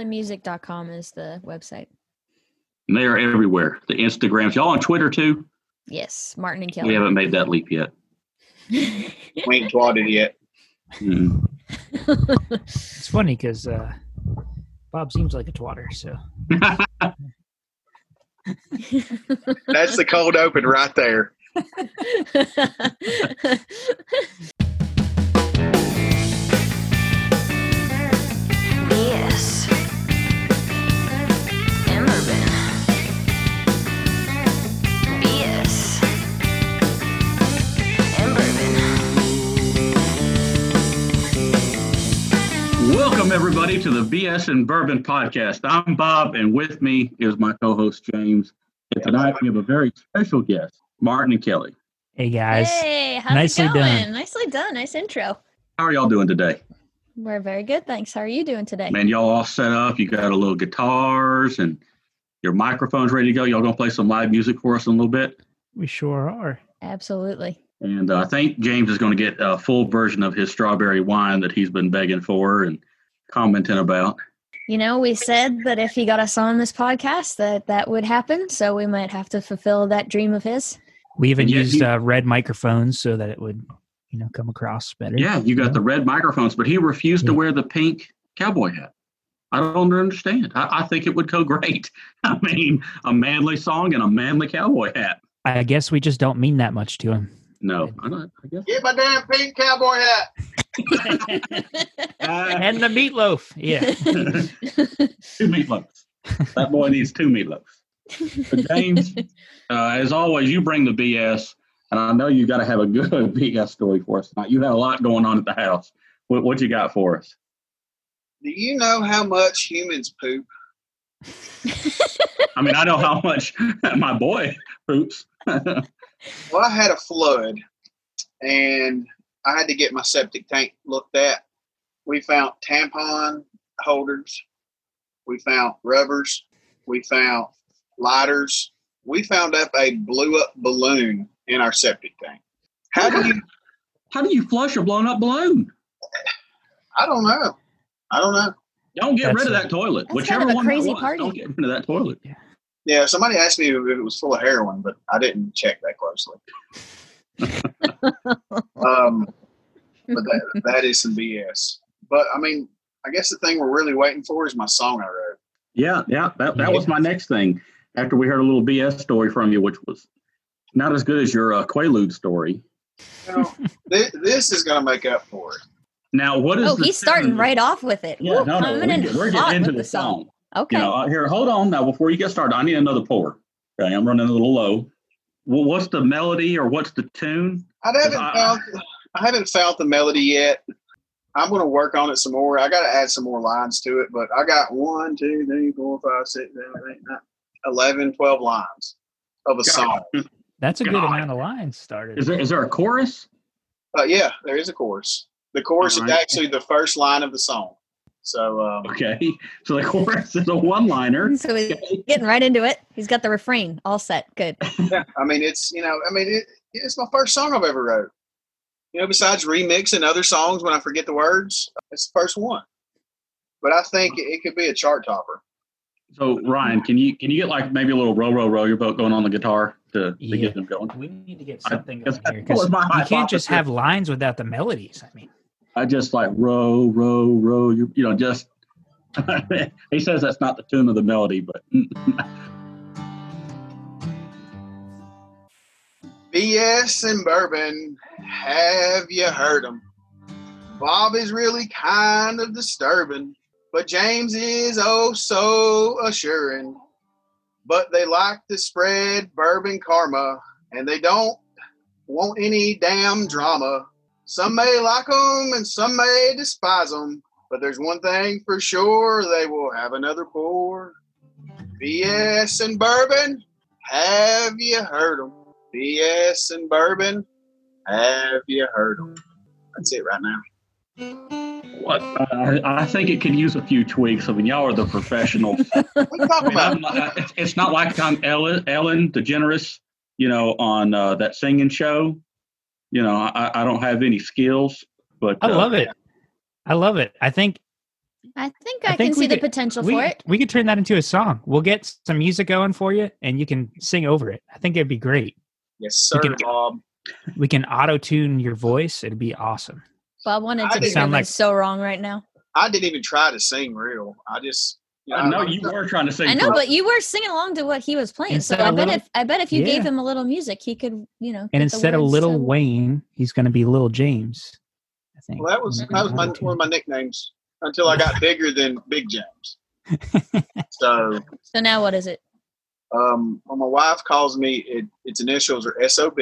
martinkellymusic.com is the website. And they are everywhere. The Instagrams. Y'all on Twitter too? Yes, Martin and We Kelly. haven't made that leap yet. We ain't twatted yet. Mm. It's funny because uh, Bob seems like a twatter. So That's the cold open right there. Yes. Emmerman. BS. Emberman. Welcome everybody to the BS and Bourbon podcast. I'm Bob, and with me is my co-host James. And tonight we have a very special guest, Martin and Kelly. hey guys, hey, how's Nicely it done. going? Nicely done. Nice intro. How are y'all doing today? We're very good, thanks. How are you doing today? Man, y'all all set up. You got a little guitars and your microphones ready to go. Y'all gonna play some live music for us in a little bit. we sure are. Absolutely. And uh, I think James is going to get a full version of his strawberry wine that he's been begging for and commenting about. You know, we said that if he got us on this podcast, that that would happen. So we might have to fulfill that dream of his. We even And yet used you- uh, red microphones so that it would, you know, come across better. Yeah, you got the red microphones, but he refused to Yeah. wear the pink cowboy hat. I don't understand. I, I think it would go great. I mean, a manly song and a manly cowboy hat. I guess we just don't mean that much to him. No, I, don't, I guess. Get my damn pink cowboy hat. Uh, And the meatloaf. Yeah. two meatloafs. That boy needs two meatloafs. But James, uh, as always, you bring the BS, and I know you got to have a good BS story for us tonight. You had a lot going on at the house. What, what you got for us? Do you know how much humans poop? I mean, I know how much my boy poops. Well, I had a flood, and I had to get my septic tank looked at. We found tampon holders. We found rubbers. We found lighters. We found up a blew up balloon in our septic tank. How do you? How do you flush a blown up balloon? I don't know. I don't know. Don't get That's rid of a- that toilet. That's Whichever kind of a one that crazy was, party. don't get rid of that toilet. Yeah, somebody asked me if it was full of heroin, but I didn't check that closely. um, but that, that is some BS. But I mean, I guess the thing we're really waiting for is my song I wrote. Yeah, yeah. That, that was my next thing. After we heard a little BS story from you, which was not as good as your uh, Quaalude story. Now, thi- this is going to make up for it. Now, what is oh, the he's starting sentence- right off with it. Yeah, Ooh, no, no, coming we're, in get- we're hot getting into with the song. Okay. You know, uh, here, hold on now. Before you get started, I need another pour. Okay, I'm running a little low. Well, what's the melody or what's the tune? I haven't I- found I haven't found the melody yet. I'm going to work on it some more. I got to add some more lines to it, but I got one, two, three, four, five, six, seven, eight, nine, 11, 12 lines of a song. That's a good God. amount of lines started. Is there is there a chorus? Uh, yeah, there is a chorus. The chorus is Alright. actually the first line of the song. So um, Okay, so the chorus is a one-liner. So he's Okay. getting right into it. He's got the refrain all set. Good. yeah, I mean, it's you know, I mean, it, it's my first song I've ever wrote. You know, besides remixing other songs when I forget the words, it's the first one. But I think it, it could be a chart topper. So Ryan, can you can you get like maybe a little row row row your boat going on the guitar to, to Yeah. get them going? We need to get I- something that's- going here that was because my you can't hypothesis. just have lines without the melodies. I mean, I just like row row row. You you know just. he says that's not the tune of the melody, but mm. BS and bourbon, have you heard 'em? Bob is really kind of disturbing, but James is oh so assuring. But they like to spread bourbon karma, and they don't want any damn drama. Some may like 'em and some may despise 'em, but there's one thing for sure they will have another pour. BS and bourbon, have you heard 'em? BS and bourbon. Have you heard them? That's it right now. what I, I think it could use a few tweaks. I mean, y'all are the professionals. What are you talking I about? mean, I'm not- it's, it's not like I'm Ellen, Ellen DeGeneres, you know, on uh, that singing show. You know, I, I don't have any skills, but I uh, love it. I love it. I think I think I I, think can we see the could- potential we, for it. we could turn that into a song. We'll get some music going for you, and you can sing over it. I think it'd be great. Yes, sir, You can- Bob. We can auto tune your voice. It'd be awesome. Bob wanted I to didn't- sound Sound like like- so wrong right now. I didn't even try to sing real. I just. you I know I- you were trying to sing. I know, for- but you were singing along to what he was playing, Instead so I of bet little- if I bet if you gave Yeah. him a little music, he could, you know. get And the instead of words Little to- Wayne, he's going to be Little James. I think. Well, that was We're that gonna was my, auto-tune. one of my nicknames until I got bigger than Big James. so So now what is it? um, when my wife calls me, it, its initials are SOB.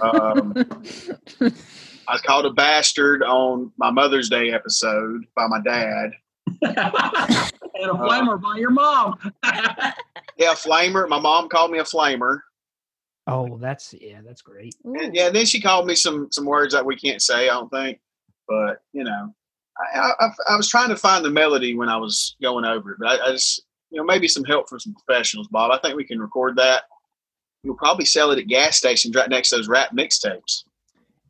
um, I was called a bastard on my Mother's Day episode by my dad. and a flamer by your mom. Yeah, flamer. My mom called me a flamer. Oh, that's yeah, that's great. Ooh. And, yeah, then she called me some some words that we can't say. I don't think, but you know, I I, I- I was trying to find the melody when I was going over it, but I, I just you know maybe some help from some professionals, Bob. I think we can record that. You'll probably sell it at gas stations right next to those rap mixtapes.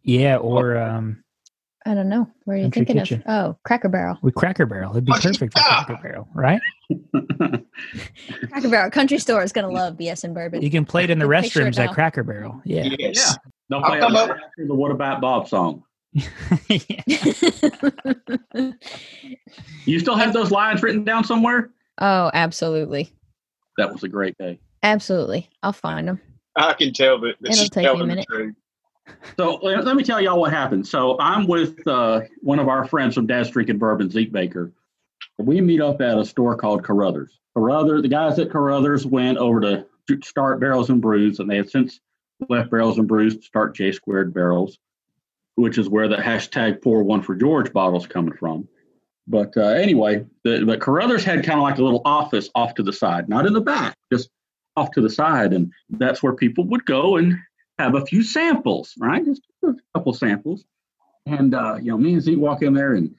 Yeah, Oh. or um, I don't know. What are you Country thinking Kitchen. of? Oh, Cracker Barrel. with Cracker Barrel, it'd be Oh, perfect for yeah. Cracker Barrel, right? Cracker Barrel. Country store is gonna love BS and bourbon. You can play it in the I can picture it restrooms at now. Cracker Barrel. Yeah. Yeah. Yes. Don't I'll play come it over. after the What About Bob song. You still have those lines written down somewhere? oh, absolutely, That was a great day. absolutely. I'll find them. I can tell that, that It'll she's take you a telling the minute. truth. So let let me tell y'all what happened. So I'm with uh, one of our friends from Dad's Drinking Bourbon, Zeke Baker. We meet up at a store called Carruthers. Carruthers, the guys at Carruthers went over to to start Barrels and Brews, and they have since left Barrels and Brews to start J Squared Barrels, which is where the hashtag Pour One for George bottle's coming from. But uh, anyway, the, but Carruthers had kind of like a little office off to the side, not in the back, just off to the side, and that's where people would go and have a few samples, right? Just a couple samples. And uh, you know, me and Zeke walk in there, and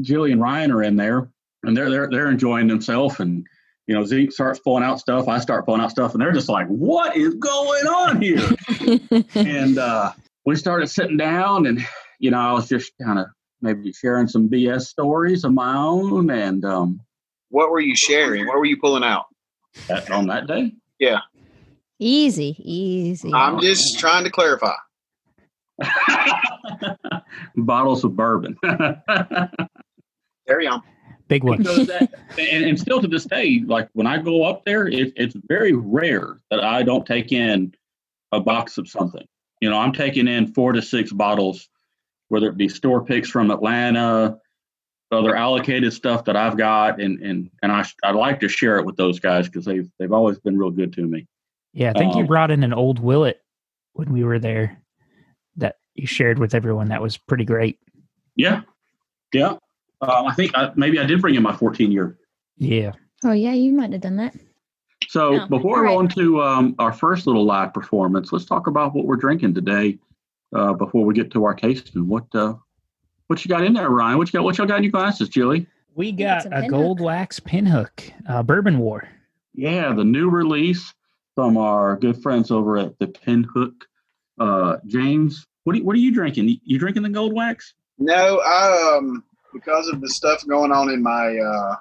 Jilly and Ryan are in there, and they're they're they're enjoying themselves. And you know, Zeke starts pulling out stuff, I start pulling out stuff, and they're just like, "What is going on here?" and uh, we started sitting down, and you know, I was just kind of maybe sharing some BS stories of my own, and um, What were you sharing? What were you pulling out? that, on that day, easy, easy. Um, I'm just trying to clarify. bottles of bourbon. Carry on. Big one. So that- and, and still to this day, like when I go up there, it, it's very rare that I don't take in a box of something. You know, I'm taking in four to six bottles, whether it be store picks from Atlanta, other allocated stuff that I've got, and and and I I like to share it with those guys because they've they've always been real good to me. Yeah, I think you Oh. Um, brought in an old Willet when we were there that you shared with everyone. That was pretty great. Yeah, yeah. Um, I think I, maybe I did bring in my 14 year Yeah. oh yeah, you might have done that. So Yeah. before we All roll right. into um, our first little live performance, let's talk about what we're drinking today. Uh, before we get to our tasting, what uh, what you got in there, Ryan? What you got? What y'all got in your glasses, Julie? We Yeah, it's got a a pinhook. gold wax pinhook, uh, Bourbon War. Yeah, the new release from our good friends over at the Pinhook. Uh, James, what are, you- what are you drinking? You- You drinking the Gold Wax? No, I, um, because of the stuff going on in my uh,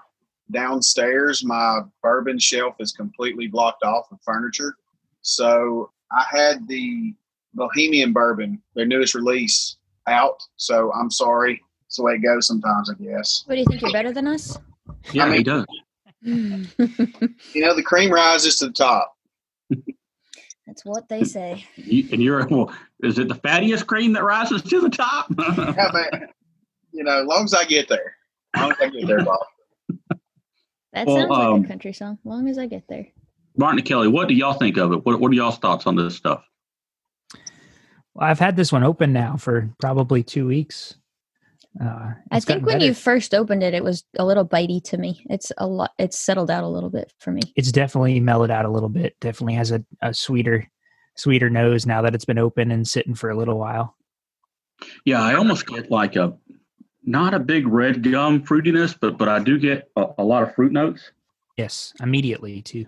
downstairs, my bourbon shelf is completely blocked off with furniture. So I had the Bohemian Bourbon, their newest release, out. So I'm sorry. It's the way it goes sometimes, I guess. What do you think? You're better than us? Yeah, mean- he does. That's You know, the cream rises to the top. what they say. You, and you're well, is it the fattiest cream that rises to the top? Yeah, man. you know, as long as I get there. As long as I get there, Bob. That Well, sounds like um, a country song. Long as I get there. Martin and Kelly, what do y'all think of it? What what are y'all's thoughts on this stuff? Well, I've had this one open now for probably two weeks. Uh, I it's think gotten when better. you first opened it, it was a little bitey to me. It's a lot. It's settled out a little bit for me. it's definitely mellowed out a little bit. Definitely has a, a sweeter, sweeter nose now that it's been open and sitting for a little while. Yeah, I almost get like a not a big red gum fruitiness, but but I do get a, a lot of fruit notes, Yes, immediately too.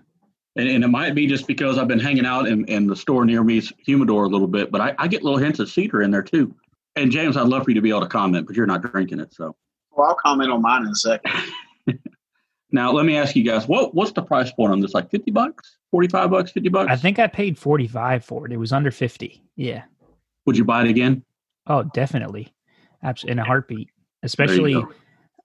and, and it might be just because I've been hanging out in, in the store near me's humidor a little bit, but I, I get little hints of cedar in there too. And James, I'd love for you to be able to comment, but you're not drinking it, so Well, I'll comment on mine in a second. Now let me ask you guys, what what's the price point on this? Like fifty bucks, forty five bucks, fifty bucks? I think I paid 45 for it. It was under 50. Yeah. Would you buy it again? Oh, definitely. Absolutely. In a heartbeat. There you Especially go.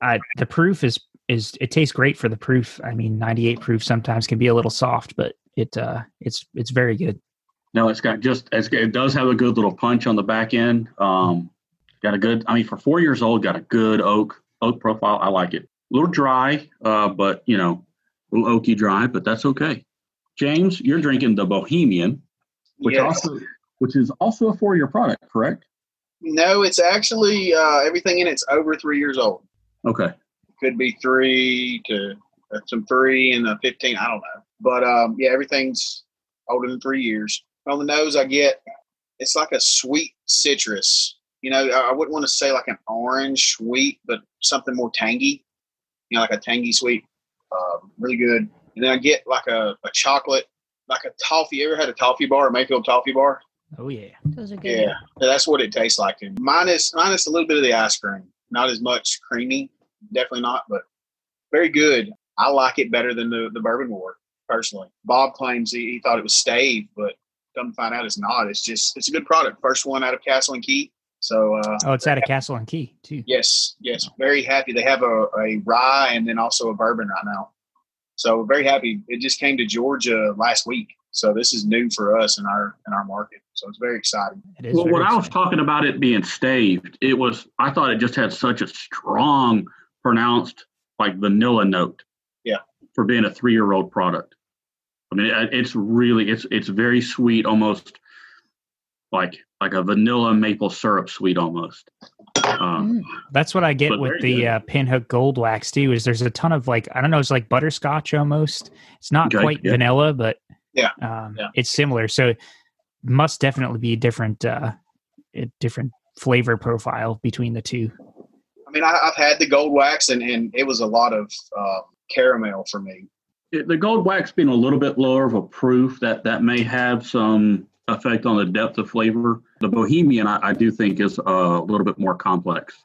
I, the proof is is it tastes great for the proof. I mean, 98 proof sometimes can be a little soft, but it uh it's it's very good. No, it's got just it's, it does have a good little punch on the back end. Um, got a good. I mean, for four years old, got a good oak oak profile. I like it. A little dry, uh, but you know, a little oaky dry, but that's okay. James, you're drinking the Bohemian, which Yes. also which is also a four year product, correct? No, it's actually uh, everything in it's over three years old. Okay. Could be three to uh, some three and a fifteen. I don't know, but um, yeah, everything's older than three years. On the nose, I get it's like a sweet citrus. You know, I I wouldn't want to say like an orange sweet, but something more tangy. You know, like a tangy sweet. Uh, really good. And then I get like a, a chocolate, like a toffee. You ever had a toffee bar, a Mayfield toffee bar? Oh yeah. Those are good. Yeah, that's what it tastes like. And minus minus a little bit of the ice cream. Not as much creamy, definitely not, but very good. I like it better than the, the bourbon war, personally. Bob claims he, he thought it was stave, but come to find out it's not. It's just it's a good product. First one out of Castle and Key. So uh, Oh, it's out of Castle and Key too. yes, yes, very happy. They have a, a rye and then also a bourbon right now. So very happy. It just came to Georgia last week. So this is new for us in our in our market. So it's very exciting. It is. Well, very when I was exciting. talking about it being staved, it was I thought it just had such a strong, pronounced like vanilla note. Yeah. For being a three-year-old product, I mean it, it's really it's it's very sweet, almost like like a vanilla maple syrup sweet almost. Um, That's what I get But with very the good. uh, Pinhook Gold Wax too. Is there's a ton of like I don't know, it's like butterscotch almost. It's not Okay, quite yeah. vanilla, but Yeah, um, yeah. it's similar. So it must definitely be a different, uh, a different flavor profile between the two. I mean, I, I've had the gold wax, and, and it was a lot of um, caramel for me. it- the gold wax being a little bit lower of a proof that that may have some effect on the depth of flavor. The Bohemian, I, I do think, is a little bit more complex.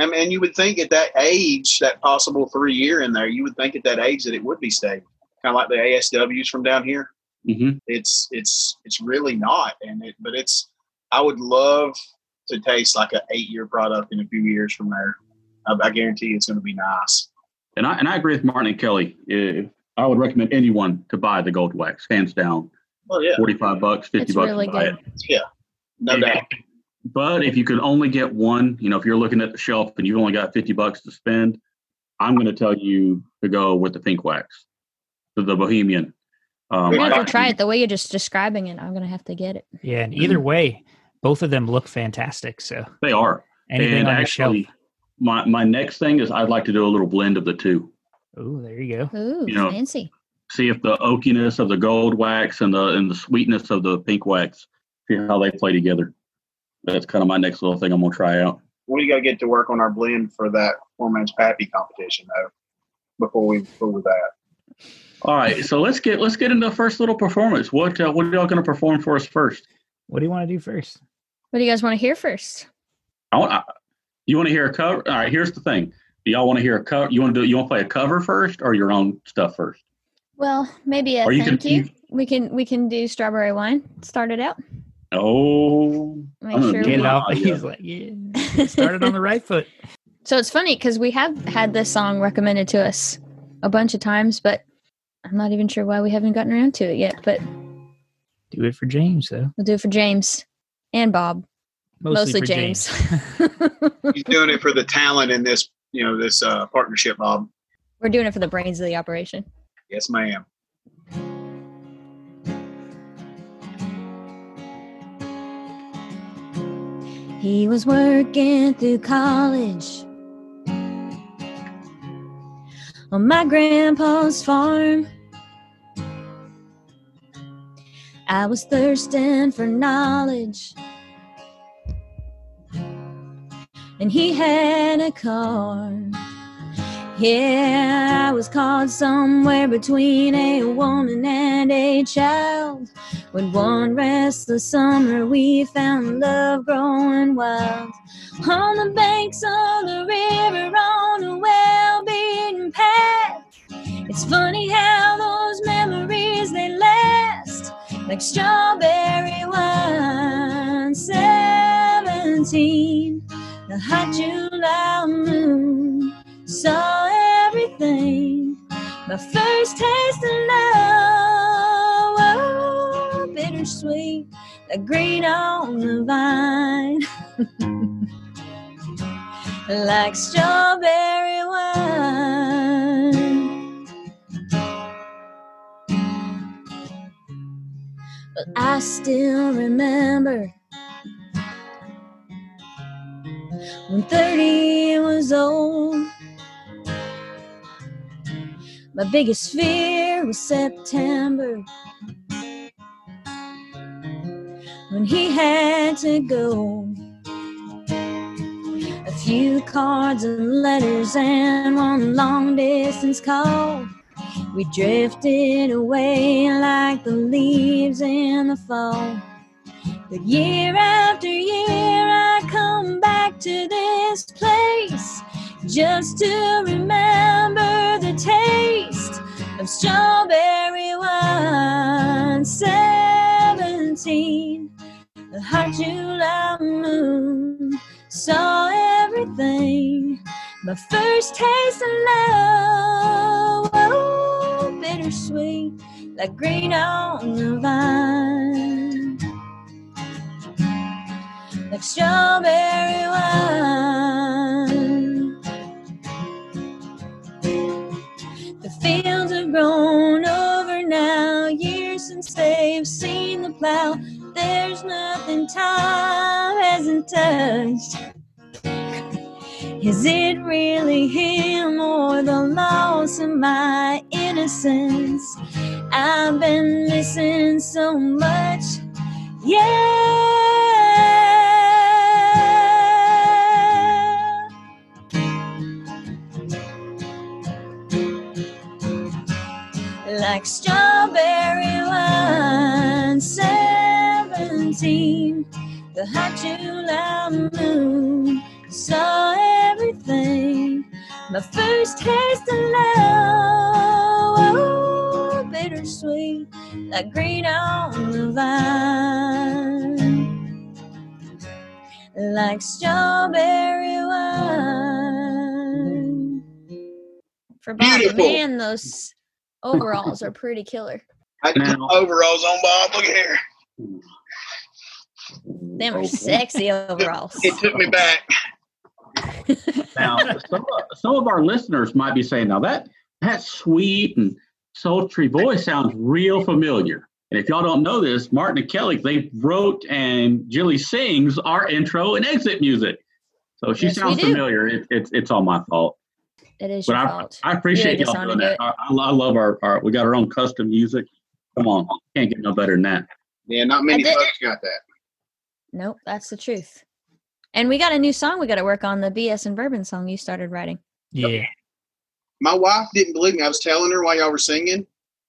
I mean, and you would think at that age, that possible three year in there, you would think at that age that it would be stable, kind of like the ASWs from down here. Mm-hmm. It's it's it's really not, and it but it's. I would love to taste like an eight year product in a few years from there. I, I guarantee it's going to be nice. And I and I agree with Martin and Kelly. Eh, I would recommend anyone to buy the gold wax, hands down. Well, yeah, Forty-five bucks, fifty It's bucks, really buy good. it. no Yeah. doubt. But if you can only get one, you know, if you're looking at the shelf and you've only got fifty bucks to spend, I'm going to tell you to go with the pink wax, the, the Bohemian. Um, I'm gonna I- have to try it. The way you're just describing it, I'm gonna have to get it. Yeah, and either way, both of them look fantastic. So They are. anything and on actually, the shelf. my my next thing is I'd like to do a little blend of the two. Oh, there you go. Ooh, You know, fancy. See if the oakiness of the gold wax and the and the sweetness of the pink wax, see how they play together. That's kind of my next little thing I'm going to try out. We got to get to work on our blend for that four man's pappy competition though. Before we before that. All right, so let's get let's get into the first little performance. What uh, what are y'all going to perform for us first? What do you want to do first? What do you guys want to hear first? I want I, you want to hear a cover. All right, here's the thing. Do y'all want to hear a cover? You want to do you want to play a cover first or your own stuff first? Well, maybe a Or you thank can- you. you- We can we can do strawberry wine. Start it out. Oh, Make I'm gonna sure get we- Get it off. Yeah. He's like, yeah. Started on the right foot. So it's funny because we have had this song recommended to us a bunch of times, but I'm not even sure why we haven't gotten around to it yet. But Do it for James though. we'll do it for James and Bob, mostly, for James. he's doing it for the talent in this, you know, this uh, partnership, Bob. We're doing it for the brains of the operation. Yes, ma'am. He was working through college on my grandpa's farm. I was thirsting for knowledge, and he had a car. Yeah, I was caught somewhere between a woman and a child. When one restless summer we found love growing wild. On the banks of the river, on a well beaten path. It's funny how those memories they last like strawberry wine. 17, the hot July moon saw everything. My first taste of love, oh, bittersweet, a green on the vine. like strawberry wine. But I still remember when 30 was old. My biggest fear was September when he had to go. A few cards and letters and one long distance call. We drifted away like the leaves in the fall. But year after year, I come back to this place just to remember the taste of strawberry wine. 17, the hot July moon saw everything. My first taste of love, oh, bittersweet, like green on the vine, like strawberry wine. The fields have grown over now, years since they've seen the plow. There's nothing time hasn't touched. Is it really him or the loss of my innocence? I've been missing so much. Yeah. like strawberry wine. Seventeen, the hot July moon saw everything. My first taste of love, oh, bittersweet, like green on the vine, like strawberry wine. For Bob, Beautiful. man, those overalls are pretty killer. I can put Now- overalls on Bob. Look at here. Them are Okay. sexy overalls. It took me back. Now, some, some of our listeners might be saying, now that that sweet and sultry voice sounds real familiar. And if y'all don't know this, Martin and Kelly, they wrote and Jilly sings our intro and exit music. So she Yes, we sounds do. familiar. It, it's it's all my fault. It is But your I, fault. I appreciate You're y'all doing dishonored. that. I, I lo- I love our, our, we got our own custom music. Come on, can't get no better than that. Yeah, not many I did- folks got that. Nope, that's the truth. And we got a new song we got to work on the BS and Bourbon song you started writing. Yeah. My wife didn't believe me. I was telling her while y'all were singing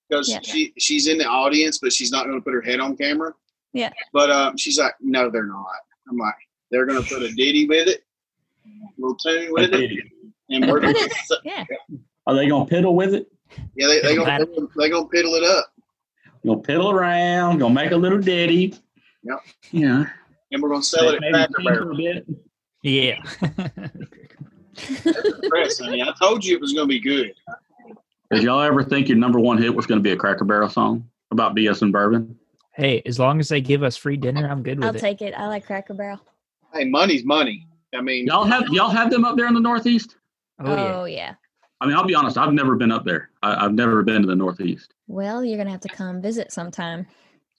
because Yeah. she she's in the audience, but she's not going to put her head on camera. Yeah. But um, she's like, no, they're not. I'm like, they're going to put a ditty with it, little tune with it, and we're Put gonna, it- Yeah. Are they gonna piddle with it? yeah, they they gonna Got they gonna piddle it up, Gonna piddle around? Gonna make a little ditty? Yep. Yeah. and we're gonna sell it at Maybe Cracker tinker Barrel. a bit. Yeah. Press, honey. I told you it was gonna be good. Did y'all ever think your number one hit was going to be a Cracker Barrel song about BS and bourbon? hey, as long as they give us free dinner, I'm good with I'll it. take it. I like Cracker Barrel. Hey, money's money. I mean, Y'all have y'all have them up there in the Northeast? oh, yeah. Oh, yeah. I mean, I'll be honest, I've never been up there. I, I've never been to the Northeast. Well, you're going to have to come visit sometime.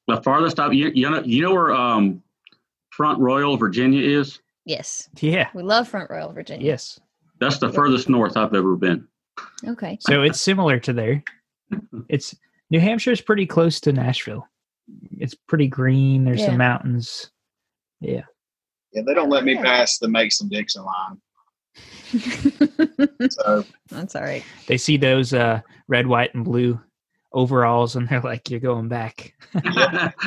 The farthest I've you, you know you know where um, Front Royal, Virginia is. Yes. Yeah. We love Front Royal, Virginia. Yes. That's the furthest north I've ever been. Okay. So it's similar to there. It's New Hampshire's pretty close to Nashville. It's pretty green. There's Yeah. some mountains. yeah, they don't let me Yeah. pass the Mason Dixon line. So That's all right. They see those uh, red, white, and blue overalls, and they're like, "You're going back."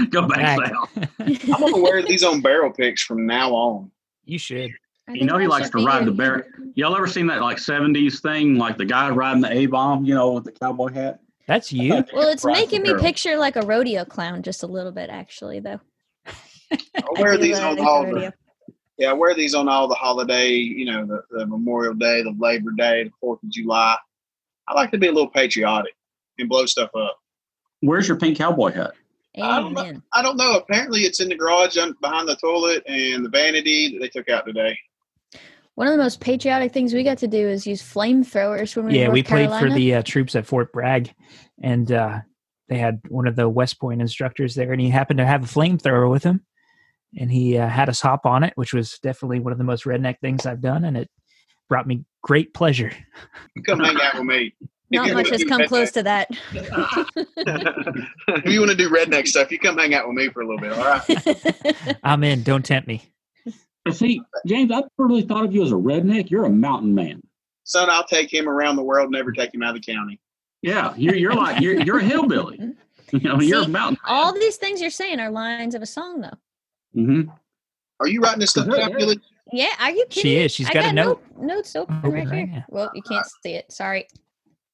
Go back, Back. Sal. I'm gonna wear these on barrel picks from now on. You should. You know he likes to ride the bear. Y'all ever seen that like '70s thing, like the guy riding the A bomb, you know, with the cowboy hat? That's you. Well, it's making me picture. picture like a rodeo clown just a little bit, actually, though. I'll I wear do these on love the all rodeo. the yeah, I wear these on all the holiday, you know, the, the Memorial Day, the Labor Day, the Fourth of July. I like to be a little patriotic and blow stuff up. Where's your pink cowboy hat? I don't know. Amen. I don't know. Apparently, it's in the garage un- behind the toilet and the vanity that they took out today. One of the most patriotic things we got to do is use flamethrowers when we were yeah, in we North played Carolina. for the uh, troops at Fort Bragg, and uh, they had one of the West Point instructors there, and he happened to have a flamethrower with him, and he uh, had us hop on it, which was definitely one of the most redneck things I've done, and it brought me great pleasure. Come hang out with me. If Not you much wanna has do come redneck- close to that. if you want to do redneck stuff, you come hang out with me for a little bit. All right. I'm in. Don't tempt me. See, James, I totally thought of you as a redneck. You're a mountain man. Son, I'll take him around the world, never take him out of the county. Yeah, you're, you're like you're you're a hillbilly. You know, you're a See, mountain. all these things you're saying are lines of a song, though. hmm Are you writing this stuff down, Billy? Yeah, are you kidding? She me? is. She's I got a note. Oh, note- notes open Open right right here. now. Well, you can't see it. Sorry,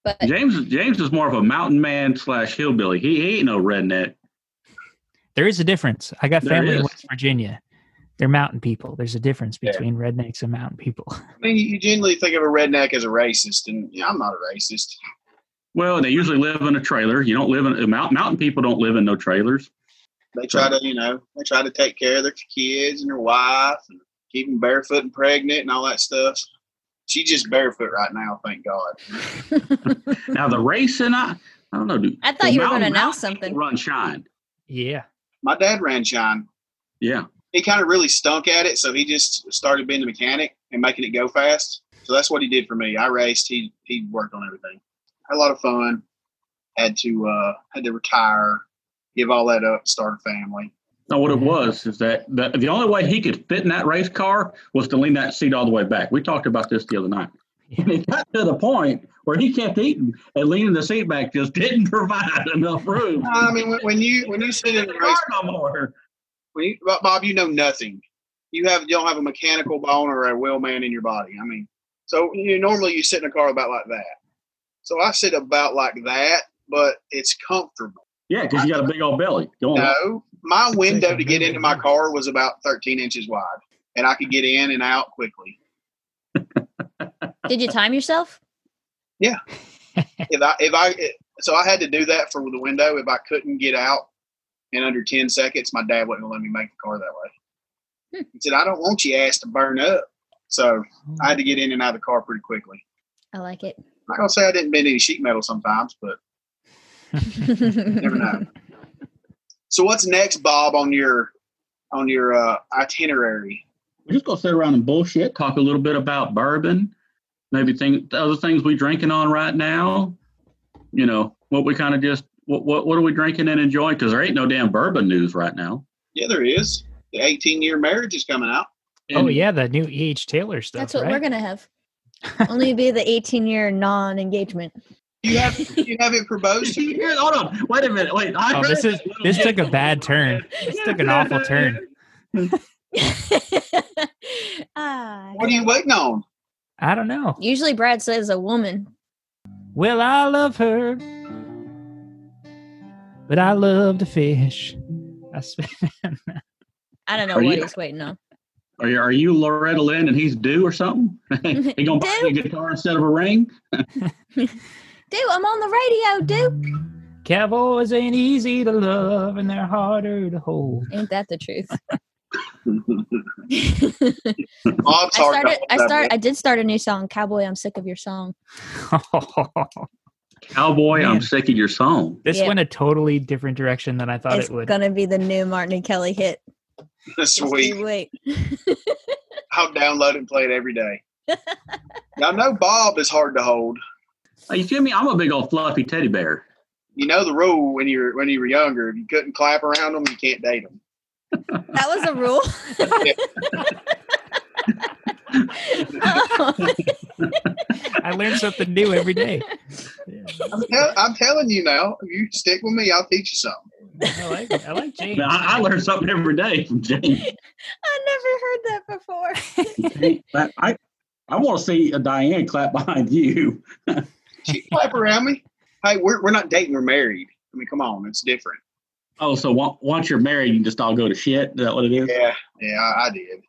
but James James is more of a mountain man slash hillbilly. He, he ain't no redneck. There is a difference. I got There family in is. West Virginia. They're mountain people. There's a difference Yeah. between rednecks and mountain people. I mean, you generally think of a redneck as a racist, and yeah, I'm not a racist. Well, they usually live in a trailer. You don't live in mountain mountain people don't live in no trailers. They try to, you know, they try to take care of their kids and their wife and keep them barefoot and pregnant and all that stuff. She's just barefoot right now, thank God. Now the racing, I I don't know. Dude, I thought the you were going to mountain- announce mountain people something. Run shine. Yeah. My dad ran shine. Yeah, He kind of really stunk at it, so he just started being a mechanic and making it go fast. So that's what he did for me. I raced. He he worked on everything. Had a lot of fun. Had to uh, had to retire, give all that up, start a family. No, what it Mm-hmm. was is that the, the only way he could fit in that race car was to lean that seat all the way back. We talked about this the other night. Yeah. And it got to the point where he kept eating and leaning the seat back just didn't provide enough room. Oh, I mean, when, when you when you sit in a race no more. When you, Bob- Bob, you know nothing. You have you don't have a mechanical bone or a wheel man in your body. I mean, so you normally you sit in a car about like that. So I sit about like that, but it's comfortable. Yeah, because you got a big old belly. Go on. No, my window to get into my car was about 13 inches wide, and I could get in and out quickly. did you time yourself? If I if I so I had to do that for the window. If I couldn't get out in under 10 seconds, my dad wouldn't let me make the car that way. He said, "I don't want your ass to burn up." So I had to get in and out of the car pretty quickly. I like it. I'm not gonna say I didn't bend any sheet metal sometimes, but never know. so what's next, Bob, on your on your uh, itinerary? We're just gonna sit around and bullshit, talk a little bit about bourbon, maybe thing the other things we drinking on right now. You know, what we kind of just what, what what are we drinking and enjoying? Because there ain't no damn bourbon news right now. Yeah, there is. The 18 year marriage is coming out. oh And- yeah, the new E.H. Taylor stuff. That's what right? we're going to have. Only be the 18 year non engagement. You have you haven't proposed to Here, hold on. Wait a minute. Wait. I Oh, this really- is this took a bad turn. This took an awful turn. ah, What are you waiting on? I don't know. Usually Brad says a woman. Well, I love her, but I love to fish. I sp- I don't know Are what you- he's waiting on. Are you, are you Loretta Lynn and he's due or something? he gonna buy you a guitar instead of a ring? Dude, I'm on the radio, dude. Cowboys ain't easy to love, and they're harder to hold. Ain't that the truth? Bob's I hard to started. I hold up start. with. I did start a new song, Cowboy. I'm sick of your song. Cowboy, Man. I'm sick of your song. this Yeah. went a totally different direction than I thought it's it would. gonna be the new Martin and Kelly hit. Just you Sweet. Wait. I'll download it and play it every day. Y'all know Bob is hard to hold. Hey, you feel me? I'm a big old fluffy teddy bear. You know the rule when you're when you were younger. If you couldn't clap around them, you can't date them. That was a rule. I learn something new every day. Yeah. I'm, tell- I'm telling you now. If you stick with me, I'll teach you something. I like I like James. Now, I, I learn something every day from James. I never heard that before. But I, I want to see a Diane clap behind you. She clap around me. Hey, we're we're not dating. We're married. I mean, come on, it's different. Oh, so on- once you're married, you just all go to shit. Is that what it is? Yeah, yeah, I, I did.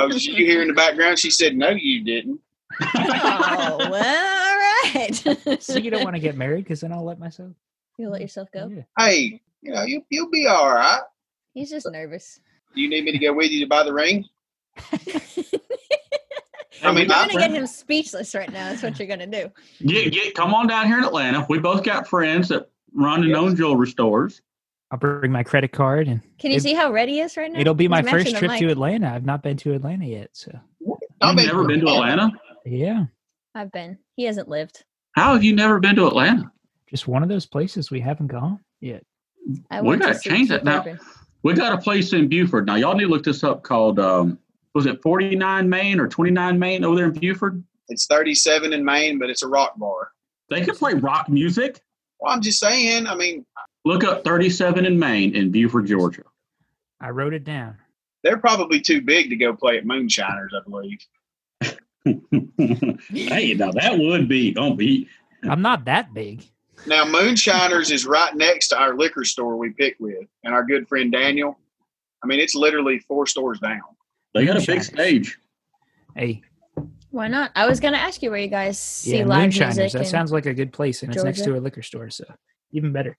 Oh, did you hear in the background? She said, "No, you didn't." oh, well, all right. So you don't want to get married because then I'll let myself you let yourself go. Yeah. Hey, you know, you you'll be all right. He's just nervous. Do you need me to go with you to buy the ring? I I mean, mean, You're I- gonna get him speechless right now. That's what you're gonna do. get, get, come on down here in Atlanta. We both got friends that run and own jewelry stores. I'll bring my credit card and Can you It- see how red he is right now? it'll be He's my matching first the trip mic. to Atlanta. I've not been to Atlanta yet, so I'll You've never been to Atlanta? yeah, I've been. He hasn't lived. How have you never been to Atlanta? just one of those places we haven't gone yet. I We want gotta see change that now. Keith Urban. We got a place in Buford. Now, y'all need to look this up called, um, was it 49 Main or 29 Main over there in Buford? It's 37 in Maine, but it's a rock bar. They can play rock music. Well, I'm just saying. I mean, Look up 37 in Main in Buford, Georgia. I wrote it down. they're probably too big to go play at Moonshiners, I believe. hey, now that would be gonna be. Mm. I'm not that big. Now, Moonshiners is right next to our liquor store we pick with, and our good friend Daniel. I mean, it's literally four stores down. They got a big stage. Hey, Why not? I was gonna ask you where you guys see yeah, live moonshiners. music. That and- sounds like a good place, and it's next Georgia. to a liquor store, so even better.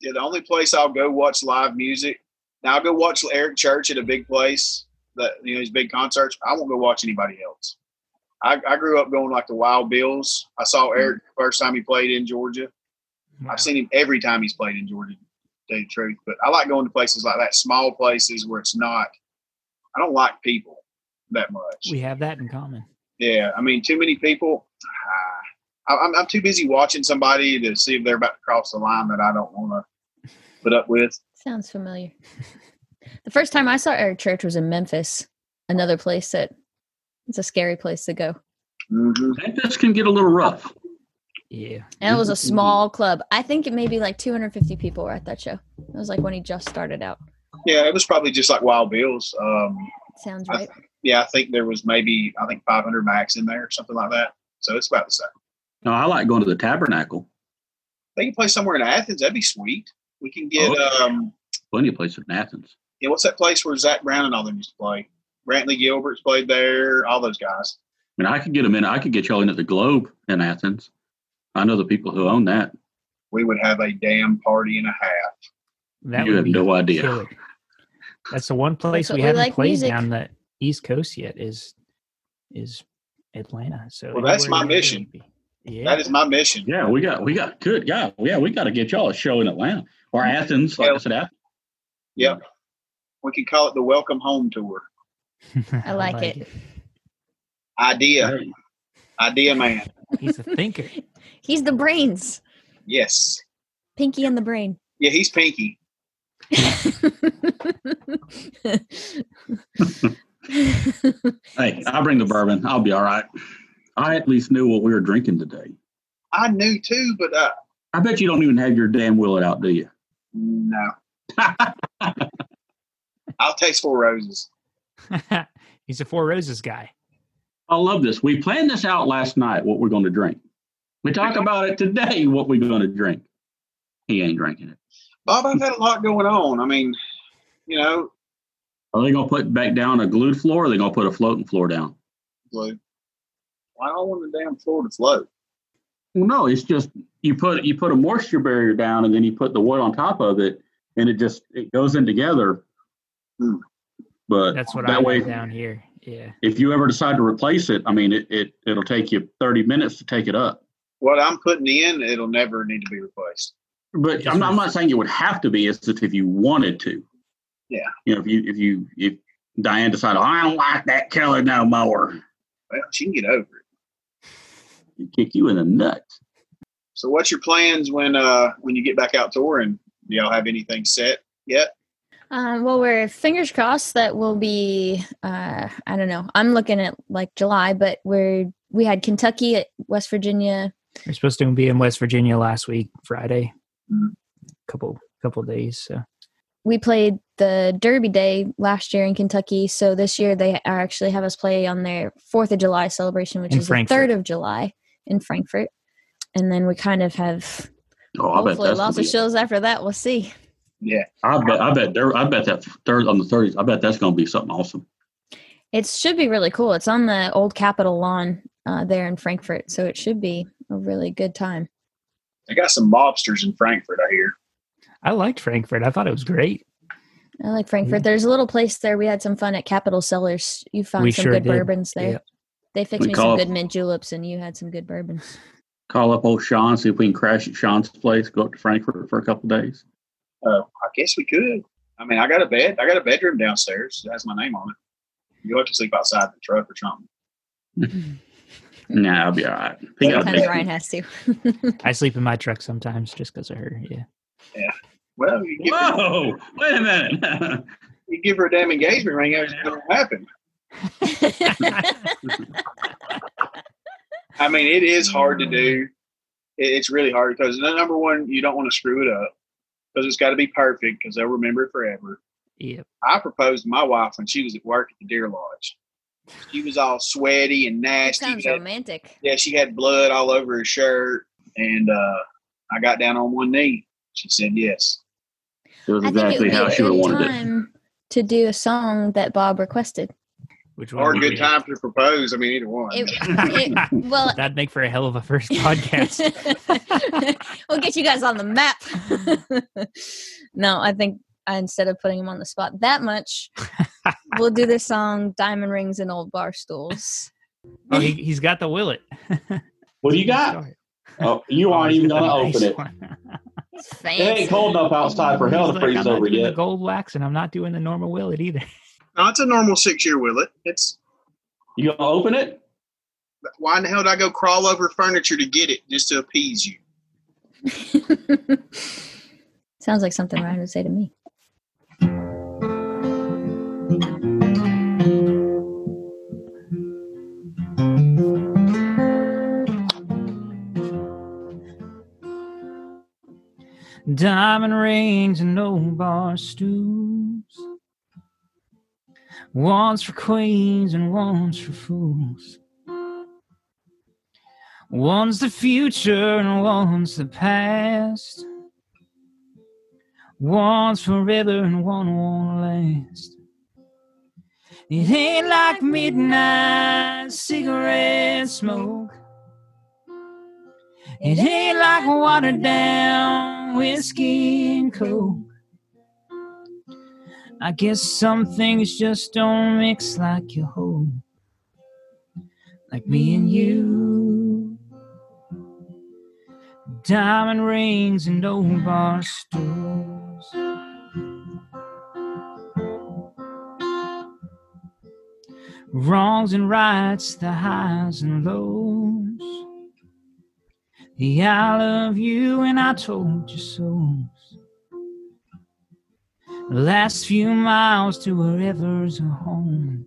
Yeah, the only place I'll go watch live music. Now I'll go watch Eric Church at a big place, that you know his big concerts. I won't go watch anybody else. I, I grew up going like the Wild Bills. I saw Eric the first time he played in Georgia. Wow. I've seen him every time he's played in Georgia, to tell you the truth. But I like going to places like that, small places where it's not. I don't like people that much. We have that in common. Yeah, I mean, too many people. ah, I- I'm, I'm too busy watching somebody to see if they're about to cross the line that I don't want to put up with. Sounds familiar. the first time I saw Eric Church was in Memphis, another place that it's a scary place to go. hmm That just can get a little rough. Yeah, And it was a Mhm. small club. I think it may be like 250 people were at that show. It was like when he just started out. Yeah, it was probably just like Wild Bills. Um, Sounds I- right. yeah, I think there was maybe I think 500 max in there, something like that. So it's about the same. No, I like going to the Tabernacle. They can play somewhere in Athens. That'd be sweet. We can get um, Plenty of places in Athens. yeah, what's that place where Zach Brown and all them used to play? Brantley Gilbert's played there. All those guys. I mean, I could get them in. I could get y'all into the Globe in Athens. I know the people who own that. We would have a damn party and a half. that You would have be no idea. killer. That's the one place what we we haven't like played music. down the East Coast yet. Is is Atlanta? So Well, that's anywhere my around there mission. would be- Yeah, That is my mission. Yeah, we got we got good. Yeah, yeah, we got to get y'all a show in Atlanta or Athens. Like I said, Athens. Yep. We could call it the Welcome Home Tour. I like it. Idea, idea man. He's a thinker. He's the brains. Yes. Pinky and the brain. Yeah, he's Pinky. Hey, I'll bring the bourbon. I'll be all right. I at least knew what we were drinking today. I knew too, but uh, I bet you don't even have your damn willet out, do you? no. I'll taste four roses. He's a Four Roses guy. I love this. We planned this out last night, what we're going to drink. We talk about it today, what we're going to drink. He ain't drinking it. Bob, I've had a lot going on. I mean, you know, Are they going to put back down a glued floor or are they going to put a floating floor down? blue. Why do I want the damn floor to float? Well, no, it's just you put you put a moisture barrier down and then you put the wood on top of it and it just it goes in together. Hmm. But That's what that I way, went down here. Yeah. if you ever decide to replace it, I mean, it, it it'll take you 30 minutes to take it up. What I'm putting in, it'll never need to be replaced. But I'm not, I'm not saying it would have to be. It's just if you wanted to. Yeah. You know, if you if you if Diane decided I don't like that color no more, Well, she can get over it. it kick you in the nuts. So, what's your plans when uh when you get back out touring? Do y'all have anything set yet? Um, well, we're fingers crossed that we'll be. Uh, I don't know. I'm looking at like July, but we're we had Kentucky at West Virginia. We're supposed to be in West Virginia last week, Friday. Mhm. Couple couple days. So We played the Derby Day last year in Kentucky, so this year they are actually have us play on their Fourth of July celebration, which In is Frankfurt. the third of July in Frankfurt. And then we kind of have Oh, I bet hopefully that's lots gonna of be- shows after that. We'll see. I bet I bet there, I bet that third on the thirties. I bet that's going to be something awesome. It should be really cool. It's on the old Capitol lawn uh, there in Frankfurt, so it should be a really good time. They got some mobsters in Frankfurt, I hear. I liked Frankfurt. I thought it was great. I like Frankfurt. There's a little place there. We had some fun at Capitol Cellars. You found We some sure good did. bourbons there. Yep. They fixed We me some call- good mint juleps, and you had some good bourbons. Call up old Sean, see if we can crash at Sean's place. Go up to Frankfurt for a couple days. I guess we could. I mean, I got a bed. I got a bedroom downstairs. It has my name on it. You'll have to sleep outside the truck or something. Nah, I'll be all right. He got a Sometimes big- Ryan has to. I sleep in my truck sometimes just because of her. Yeah. Well, you give, her, Whoa! Wait a minute. you give her a damn engagement ring, it's going to happen. I mean, it is hard to do. It, it's really hard because number one, you don't want to screw it up because it's got to be perfect because they'll remember it forever. Yep. I proposed to my wife when she was at work at the deer lodge. She was all sweaty and nasty. Sounds She had- romantic. yeah, she had blood all over her shirt, and uh, I got down on one knee. She said yes. it was I think it exactly would be how a she would have good wanted it. time to do a song that Bob requested. Which Or a would good be- time to propose. I mean, either one. It, it, well, That'd make for a hell of a first podcast. we'll get you guys on the map. no, I think I, instead of putting him on the spot that much, we'll do this song "Diamond Rings and Old Bar Stools." oh, he, he's got the willet. What do you got? Oh, you aren't even going to open it. It's It ain't fancy. cold enough outside for hell to freeze I'm not over doing yet. the gold wax, and I'm not doing the normal willet either. No, it's a normal six-year willet. It's You going to open it? why in the hell did I go crawl over furniture to get it just to appease you? Sounds like something Ryan would say to me. Diamond rings and old bar stools. Once for queens and once for fools. One's the future and one's the past. One's forever and one won't last. It ain't like midnight cigarette smoke. It ain't like watered down whiskey and coke. I guess some things just don't mix like you hope. Like me and you. Diamond rings and old bar stools. Wrongs and rights, the highs and lows. Yeah, I love you and I told you so. The last few miles to wherever's a home.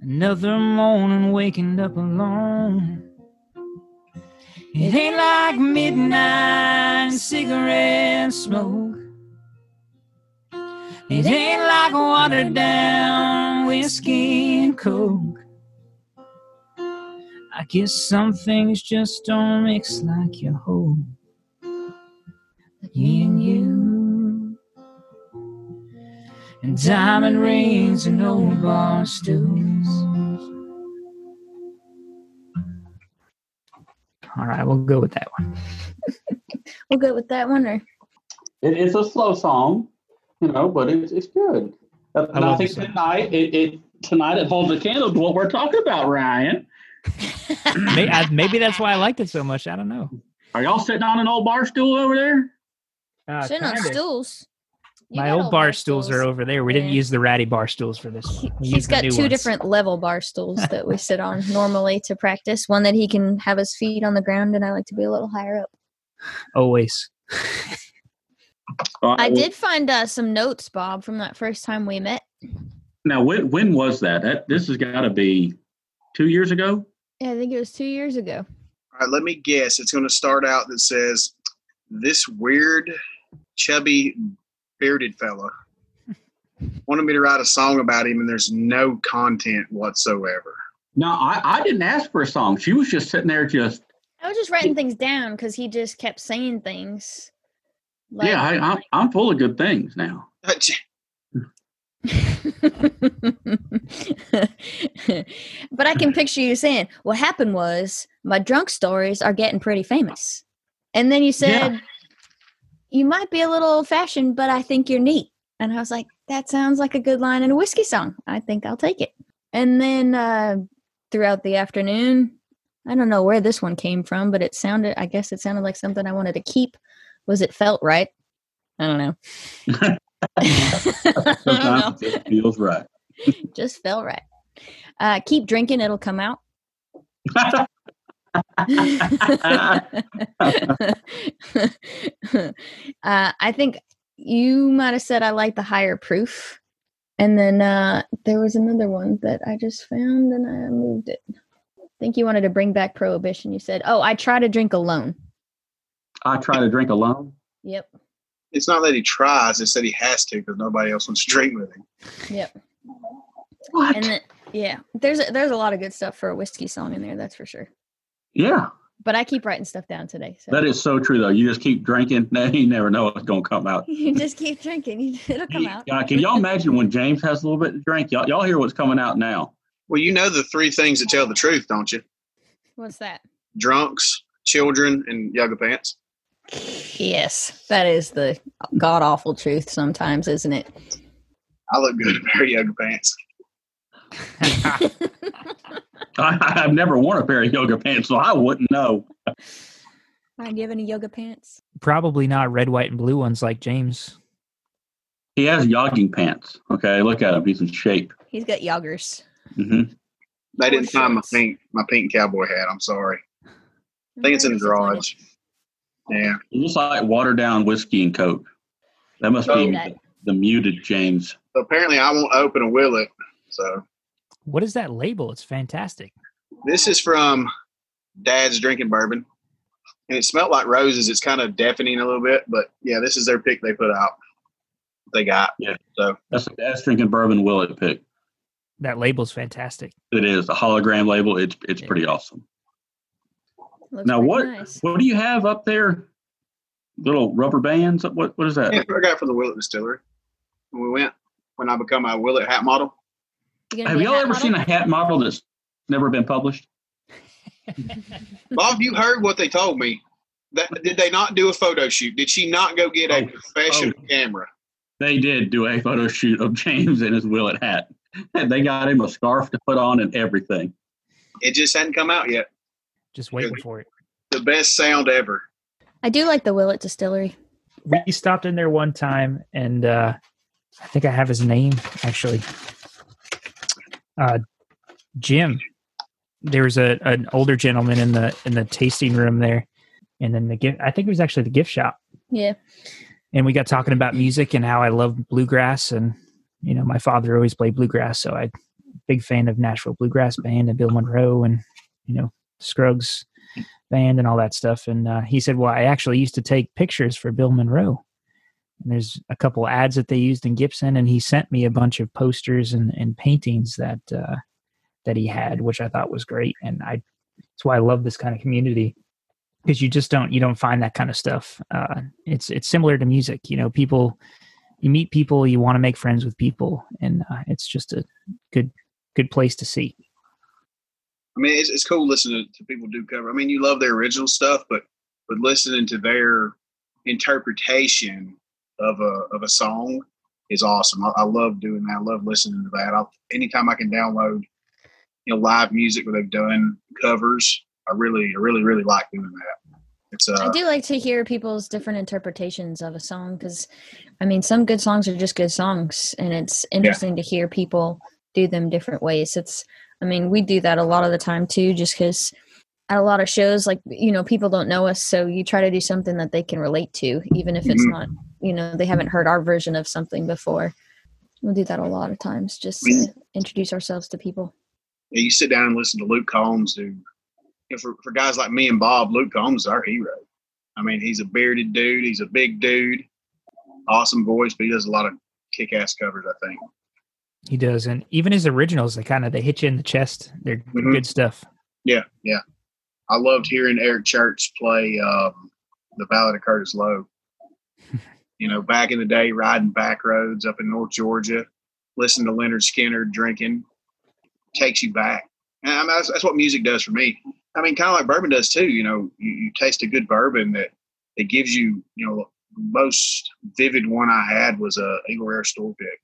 Another morning waking up alone. It ain't like midnight cigarette smoke. It ain't like watered down whiskey and coke. I guess some things just don't mix like you hope. Me and you. And diamond rings and old bar stools. All right, we'll go with that one. We'll go with that one, or It, it's a slow song, you know, but it's it's good. Uh, And I, love think the song. tonight it, it tonight it holds a candle to what we're talking about, Ryan. Maybe, I, maybe that's why I liked it so much. I don't know. Are y'all sitting on an old bar stool over there? Uh, sitting on kinda. stools. You My got old bar stools are over there. We didn't Yeah. use the ratty bar stools for this He- one. We He's used the got new two ones. different level bar stools that we sit on normally to practice. One that he can have his feet on the ground, and I like to be a little higher up. Always. All right, I well, did find uh, some notes, Bob, from that first time we met. Now, when, when was that? that this has got to be two years ago. Yeah, I think it was two years ago. All right, let me guess. It's going to start out that says this weird, chubby, bearded fella wanted me to write a song about him, and there's no content whatsoever. No, I, I didn't ask for a song. She was just sitting there, just I was just writing things down because he just kept saying things. Like, yeah. I, I'm I'm full of good things now. but I can picture you saying, "What happened was my drunk stories are getting pretty famous," and then you said, "You might be a little old-fashioned, but I think you're neat." And I was like, "That sounds like a good line in a whiskey song. I think I'll take it." And then uh, throughout the afternoon, I don't know where this one came from, but it sounded—I guess it sounded like something I wanted to keep. Was it felt right? I don't know. I don't know Sometimes it feels right. just felt right. Uh, keep drinking, it'll come out. uh, I think you might have said I like the higher proof. And then uh, there was another one that I just found and I moved it. I think you wanted to bring back prohibition. You said, Oh, I try to drink alone. I try to drink alone. Yep. It's not that he tries; it's that he has to because nobody else wants to drink with him. Yep. What? And then, yeah, there's a, there's a lot of good stuff for a whiskey song in there, that's for sure. yeah, But I keep writing stuff down today. So. that is so true though. You just keep drinking. Now you never know what's gonna come out. You just keep drinking. you- It'll come out. God, can y'all imagine when James has a little bit to drink? Y'all, y'all hear what's coming out now? Well, you know the three things that tell the truth, don't you? What's that? Drunks, children, and yoga pants. Yes, that is the god awful truth sometimes, isn't it? I look good in a pair of yoga pants. I, I've never worn a pair of yoga pants, so I wouldn't know. Ryan, do you have any yoga pants? Probably not red, white, and blue ones like James. He has jogging pants. Okay, look at him. He's in shape. He's got yoggers. hmm They didn't find my shorts. pink my pink cowboy hat. I'm sorry. I think it's in the garage. Yeah. It looks like watered down whiskey and coke. That must Oh. be the, the muted James. So apparently, I won't open a willet. So What is that label? It's fantastic. this is from Dad's drinking bourbon, and it smelled like roses. It's kind of deafening a little bit, but yeah, this is their pick they put out. They got That's that's drinking bourbon willet pick. That label's fantastic. It is a hologram label. It's it's pretty awesome. Looks Now pretty what nice. what do you have up there? Little rubber bands. What what is that? yeah, I got from the Willet Distillery. When we went, when I become a Willet hat model, You gonna Have be a y'all hat ever model? seen a hat model that's never been published? Bob, you heard what they told me. That, did they not do a photo shoot? Did she not go get a Oh, professional oh. camera? They did do a photo shoot of James in his willet hat. And they got him a scarf to put on and everything. It just hadn't come out yet. Just waiting for it. The best sound ever. I do like the Willet Distillery. We stopped in there one time, and uh, I think I have his name actually. Uh, Jim. There was a an older gentleman in the in the tasting room there, and then the gift. I think it was actually the gift shop. Yeah. and we got talking about music and how I love bluegrass and you know my father always played bluegrass so I big fan of Nashville bluegrass band and Bill Monroe and you know Scruggs band and all that stuff and uh, he said well I actually used to take pictures for Bill Monroe and there's a couple ads that they used in Gibson and he sent me a bunch of posters and, and paintings that uh, that he had which I thought was great and I that's why I love this kind of community because you just don't you don't find that kind of stuff uh, it's it's similar to music you know people you meet people you want to make friends with people and uh, it's just a good good place to see I mean, it's, it's cool listening to people do cover. I mean, you love their original stuff, but but listening to their interpretation of a of a song is awesome. I, I love doing that. I love listening to that. I, anytime I can download, you know, live music where they've done covers, I really, I really, really like doing that. It's I uh, do like to hear people's different interpretations of a song because, I mean, some good songs are just good songs, and it's interesting to hear people do them different ways. It's, I mean, we do that a lot of the time too, just because at a lot of shows, like, you know, people don't know us, so you try to do something that they can relate to, even if it's Mhm. not you know they haven't heard our version of something before. We'll do that a lot of times. Just uh, introduce ourselves to people. Yeah, you sit down and listen to Luke Combs, dude. And for, for guys like me and Bob, Luke Combs is our hero. I mean, he's a bearded dude. He's a big dude. Awesome voice, but he does a lot of kick-ass covers, I think. He does, and even his originals, they kind of they hit you in the chest. They're they're Mhm. good stuff. Yeah, yeah. I loved hearing Eric Church play um, the Ballad of Curtis Lowe. you know, back in the day, riding back roads up in North Georgia, listen to Leonard Skinner drinking, takes you back. And I mean, that's, that's what music does for me. I mean, kind of like bourbon does too. You know, you, you taste a good bourbon that that gives you, you know, the most vivid one I had was a Eagle Rare store pick.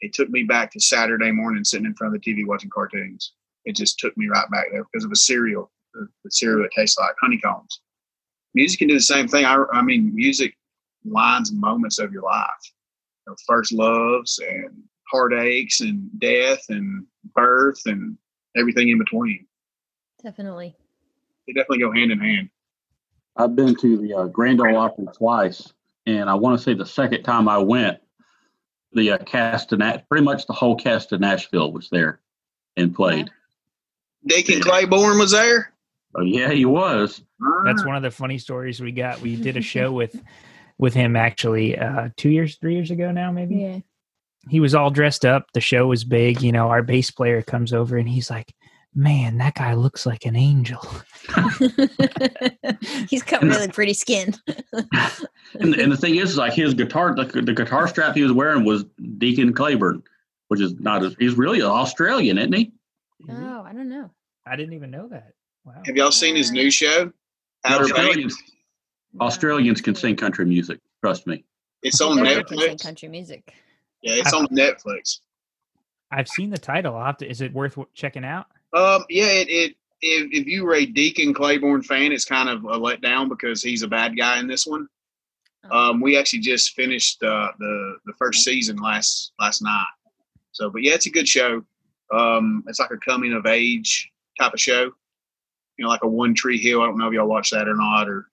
It took me back to Saturday morning sitting in front of the TV watching cartoons it just took me right back there because of a cereal, the, the cereal that tastes like honeycombs. Music can do the same thing. I, I mean, music lines and moments of your life, you know, first loves and heartaches and death and birth and everything in between. Definitely. They definitely go hand in hand. I've been to the uh, Grand Ole Opry twice, and I want to say the second time I went, the uh, cast of Nash, pretty much the whole cast of Nashville was there and played. Deacon Claiborne was there. Oh yeah, he was. Ah. That's one of the funny stories we got. We did a show with with him actually uh, two years, three years ago now, maybe. Yeah. he was all dressed up. The show was big. You know, our bass player comes over and he's like, "Man, that guy looks like an angel." He's got really pretty skin. And, and the thing is, like his guitar, the, the guitar strap he was wearing was Deacon Claiborne, which is not as he's really an Australian, isn't he? oh, I don't know. I didn't even know that. Wow. Have y'all seen his new show? Out of Fame. Australians, Australians can sing country music. Trust me. It's on They're good at singing Netflix. country music. Yeah, it's on Netflix. I've seen the title. I'll have to, is it worth w- checking out? Um, yeah, it, it if, if you were a Deacon Claiborne fan, it's kind of a letdown because he's a bad guy in this one. Oh. Um, we actually just finished uh, the the first season last last night. So, but yeah, it's a good show. Um, it's like a coming of age type of show. You know, like a One Tree Hill. I don't know if y'all watched that or not. Or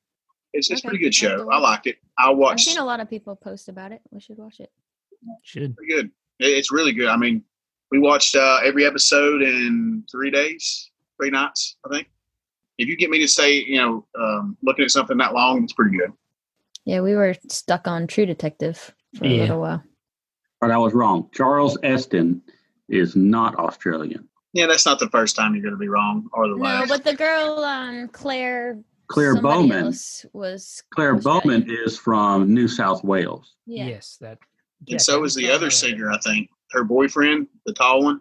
it's it's a Okay, pretty good I'll have to watch it. show. I liked it. I I've watched seen a lot of people post about it. We should watch it. Should pretty good. It- It's really good. I mean, we watched uh, every episode in three days, three nights, I think. If you get me to say, you know, um, looking at something that long, it's pretty good. Yeah, we were stuck on True Detective for a Yeah. little while. But I was wrong. Charles Eston is not Australian. Yeah, that's not the first time you're going to be wrong or the No, last. but the girl, um, Claire. Claire somebody Bowman. else was Claire Australian. Bowman is from New South Wales. Yeah. yes, that. yeah, and so is the other singer, I think. Her boyfriend, the tall one.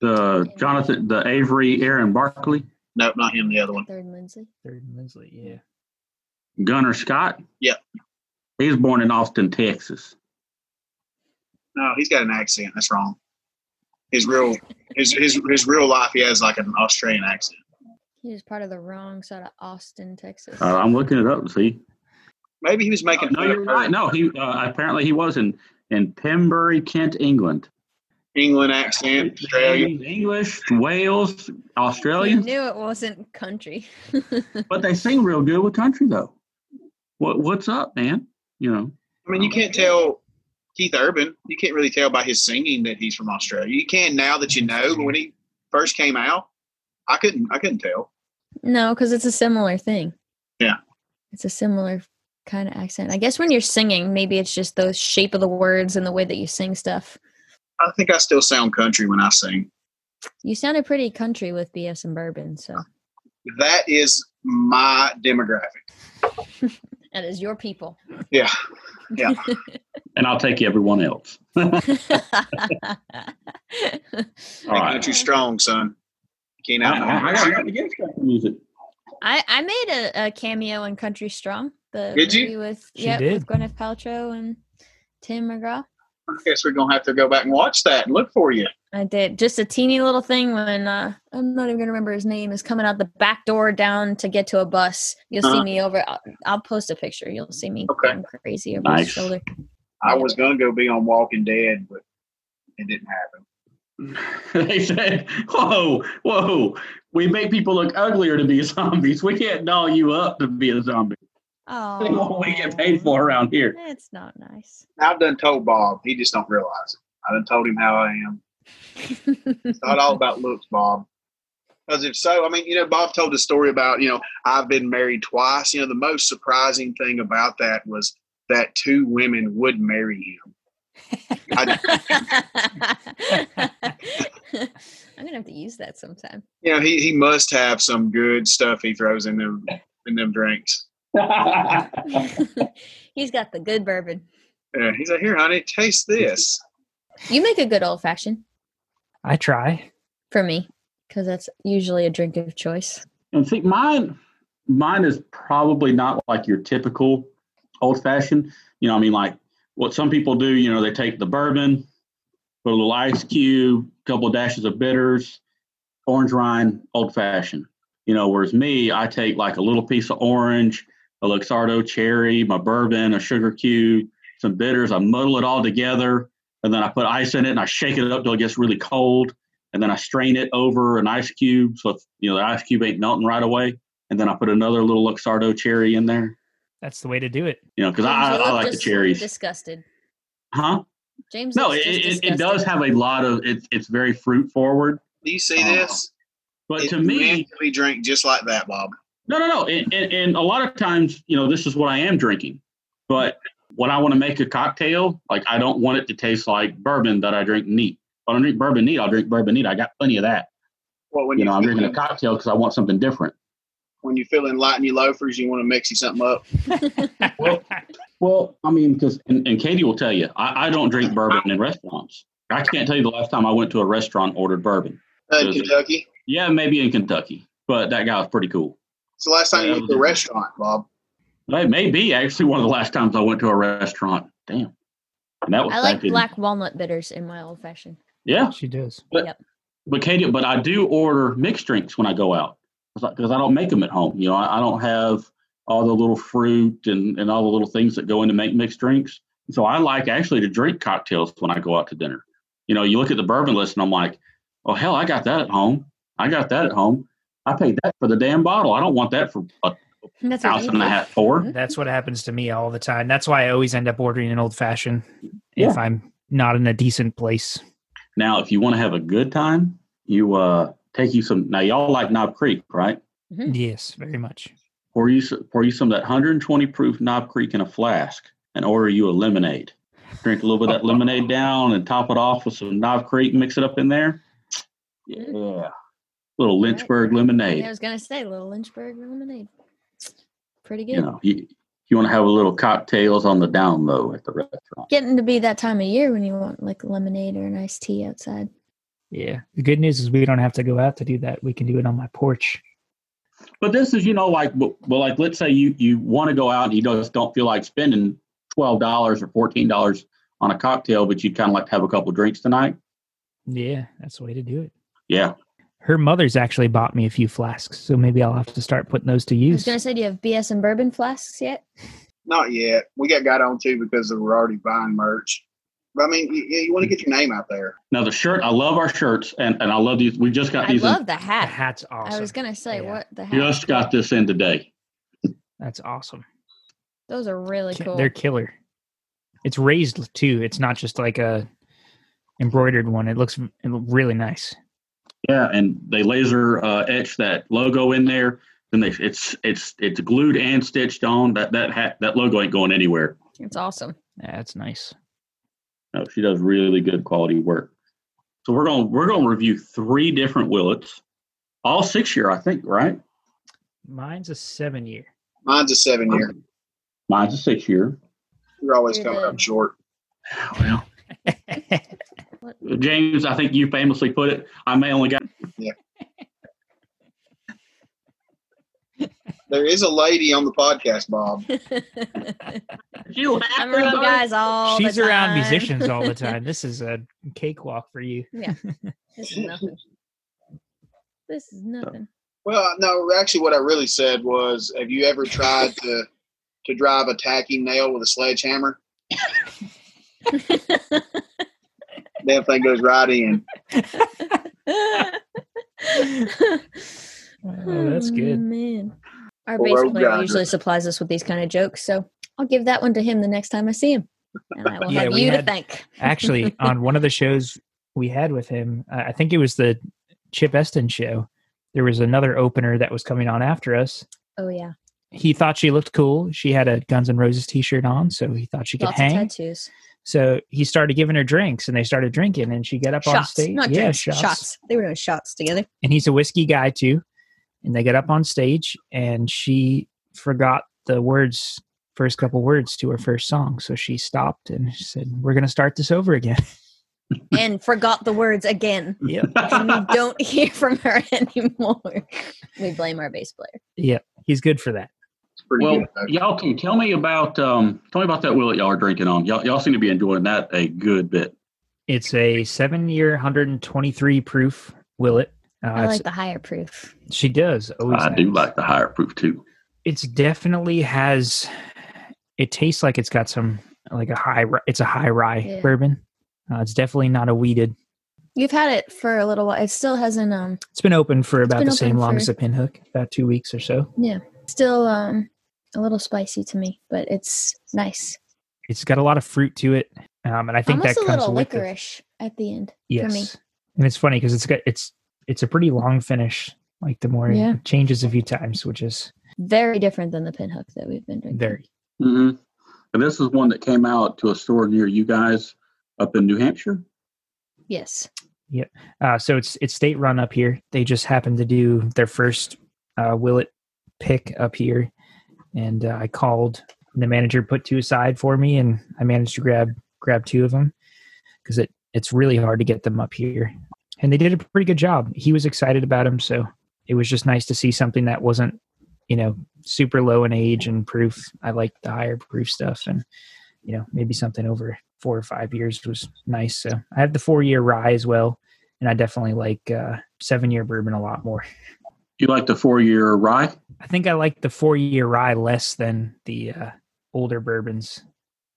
The Jonathan, the Avery, Aaron Barkley, No, not him. The other one. Third Lindsay. Third and Lindsley. Yeah. Gunner Scott. Yep. He was born in Austin, Texas. No, he's got an accent. That's wrong. His real, his his his real life, he has like an Australian accent. He was part of the wrong side of Austin, Texas. Uh, I'm looking it up to see. Maybe he was making. Oh, No, fun of you're her. right. No, he uh, apparently he was in in Pembury, Kent, England. England accent, Australia. English, Wales, he Australian, knew it wasn't country. but they sing real good with country though. What what's up, man? You know, I mean, you can't tell Keith Urban. You can't really tell by his singing that he's from Australia. You can now that you know. But when he first came out, I couldn't. I couldn't tell. no, because it's a similar thing. Yeah. It's a similar kind of accent. I guess when you're singing, maybe it's just the shape of the words and the way that you sing stuff. I think I still sound country when I sing. You sounded pretty country with BS and bourbon, so That is my demographic. that is your people. Yeah. and I'll take everyone else. All That right. country strong, son. Can't I, I, I got out. nothing against country music. I, I made a, a cameo in Country Strong. The Did you? movie with She yep, did. with Gwyneth Paltrow and Tim McGraw. I guess we're gonna have to go back and watch that and look for you. I did just a teeny little thing when uh, I'm not even gonna remember his name is coming out the back door down to get to a bus. You'll see Uh-huh. me over. I'll, I'll post a picture. You'll see me Okay. going crazy over Nice. his shoulder. I was gonna go be on Walking Dead, but it didn't happen. they said, "Whoa, whoa! We make people look uglier to be zombies. We can't doll you up to be a zombie." Oh, That's what we get paid for around here. That's not nice. I've done told Bob. He just don't realize it. I done told him how I am. It's not all about looks, Bob. Because if so, I mean, you know, Bob told the story about, you know, I've been married twice. You know, the most surprising thing about that was that two women would marry him. I- I'm gonna have to use that sometime. You know, he, he must have some good stuff he throws in them in them drinks. He's got the good bourbon. Yeah, he's like, here, honey, taste this. You make a good old fashioned I try. for me because that's usually a drink of choice. and see, mine, mine is probably not like your typical old fashioned. You know, I mean, like what some people do. You know, they take the bourbon, put a little ice cube, couple dashes of bitters, orange rind, old fashioned. You know, whereas me, I take like a little piece of orange, a Luxardo cherry, my bourbon, a sugar cube, some bitters. I muddle it all together, and then I put ice in it and I shake it up till it gets really cold, and then I strain it over an ice cube so it's, you know the ice cube ain't melting right away. And then I put another little Luxardo cherry in there, That's the way to do it. you know, because I, I, James, you I look like the just cherries, Disgusted, huh? James. No, looks it, just it, it disgusted. does have a lot of it's it's very fruit forward, Do you see Oh. this? but If to you me, actually drink just like that, Bob. No, no, no. And, and, and a lot of times, you know, this is what I am drinking. But when I want to make a cocktail, like I don't want it to taste like bourbon that I drink neat. If I don't drink bourbon neat, I'll drink bourbon neat. I got plenty of that. Well, when You know, I'm feeling- drinking a cocktail because I want something different. when you're feeling light in your loafers, you want to mix you something up. Well, I mean, because and, and Katie will tell you, I, I don't drink bourbon in restaurants. I can't tell you the last time I went to a restaurant and ordered bourbon. Uh, in Does it? Kentucky, Yeah, maybe in Kentucky, but that guy was pretty cool. it's the last time you Yeah, went to a absolutely. restaurant, Bob. That may be actually one of the last times I went to a restaurant. Damn, and that was I like back in- black walnut bitters in my old fashioned. Yeah, She does. But Katie, but I do order mixed drinks when I go out because I don't make them at home. You know, I, I don't have all the little fruit and, and all the little things that go into make mixed drinks. So I like actually to drink cocktails when I go out to dinner. You know, you look at the bourbon list and I'm like, oh hell, I got that at home. I got that at home. I paid that for the damn bottle. I don't want that for a That's what ounce you and a do. Mm-hmm. half pour. That's what happens to me all the time. That's why I always end up ordering an old fashioned Yeah. if I'm not in a decent place. Now, if you want to have a good time, you uh take you some. Now y'all like Knob Creek, right? Mhm. Yes, very much. pour you s- pour you some of that 120 proof Knob Creek in a flask and order you a lemonade. Drink a little bit of that lemonade down and top it off with some Knob Creek. Mix it up in there. Yeah, little Lynchburg I lemonade. was gonna say little Lynchburg lemonade. Pretty good. You know, you you want to have a little cocktails on the down low at the restaurant. Getting to be that time of year when you want like lemonade or an iced tea outside. Yeah. The good news is we don't have to go out to do that. We can do it on my porch. But this is, you know, like well, like let's say you you want to go out and you just don't feel like spending twelve dollars or fourteen dollars on a cocktail, but you'd kind of like to have a couple drinks tonight. Yeah, that's the way to do it. Yeah, Her mother's actually bought me a few flasks, so maybe I'll have to start putting those to I was use. gonna say, do you have BS and bourbon flasks yet? Not yet. We got got on too because we were already buying merch. But I mean, you, you want to get your name out there. Now the shirt, I love our shirts, and, and I love these. We just got I these. in- love the The hat. hat's awesome. I was gonna say, Yeah. what the hat? just got this in today. That's awesome. Those are really Ki- cool. They're killer. It's raised too. It's not just like a embroidered one. It looks m- it look really nice. Yeah, and they laser uh, etch that logo in there. Then they it's it's it's glued and stitched on. That that hat that logo ain't going anywhere. It's awesome. That's nice. No, she does really good quality work. So we're gonna we're gonna review three different Willets, all six year I think, right? Mine's a seven year. Mine's a seven year. Mine's a six year. You're always You're coming the- up short. Well, James, I think you famously put it. I may only got There is a lady on the podcast, Bob. you. I'm around guys all. She's the time. around musicians all the time. This is a cakewalk for you. this is nothing. This is nothing. Well, no, actually, what I really said was, have you ever tried to to drive a tacky nail with a sledgehammer? That thing goes right in. Oh, that's good. Man. Our Well, bass road player grinder. usually supplies us with these kind of jokes, so I'll give that one to him the next time I see him. And I will Yeah, have we you to had- thank. Actually, on one of the shows we had with him, I I think it was the Chip Eston show. There was another opener that was coming on after us. Oh yeah, He thought she looked cool. She had a Guns N' Roses T-shirt on, so he thought she could lots of hang. tattoos, So he started giving her drinks, and they started drinking. And she got up on shots, stage. not yeah, drinks, shots. They were doing shots together. and he's a whiskey guy too. And they got up on stage, and she forgot the words, first couple words to her first song. So she stopped and she said, "We're going to start this over again." and forgot the words again. Yep. And we don't hear from her anymore. We blame our bass player. He's good for that. It's pretty well, good. though. y'all can tell me about um, tell me about that wheel that y'all are drinking on. Y'all, y'all seem to be enjoying that a good bit. It's a seven-year, 123 proof Willet. Uh, I it's- like the higher proof. she does. Always I do has. like the higher proof too. It's definitely has. It tastes like it's got some like a high. ri- It's a high rye Yeah. bourbon. Uh, it's definitely not a weeded. You've had it for a little while. It still hasn't um It's been open for about been the same open long for- as the pinhook, about two weeks or so. still um a little spicy to me, but it's nice. it's got a lot of fruit to it, um, and I think Almost that a comes little with the- licorice at the end. yes, me. and it's funny because it's got it's it's a pretty long finish. Like the more Yeah. it changes a few times, which is Very different than the pinhook that we've been drinking. very hmm And this is one that came out to a store near you guys up in New Hampshire. Yes. uh, so it's it's state run up here. They just happened to do their first uh, Willet pick up here, and uh, I called the manager put two aside for me, and I managed to grab grab two of them because it it's really hard to get them up here, and they did a pretty good job. He was excited about them, so it was just nice to see something that wasn't you know super low in age and proof. I like the higher proof stuff, and you know maybe something over four or five years was nice. So I have the four year rye as well and I definitely like uh, seven year bourbon a lot more. You like the four year rye? I think I like the four year rye less than the uh, older bourbons.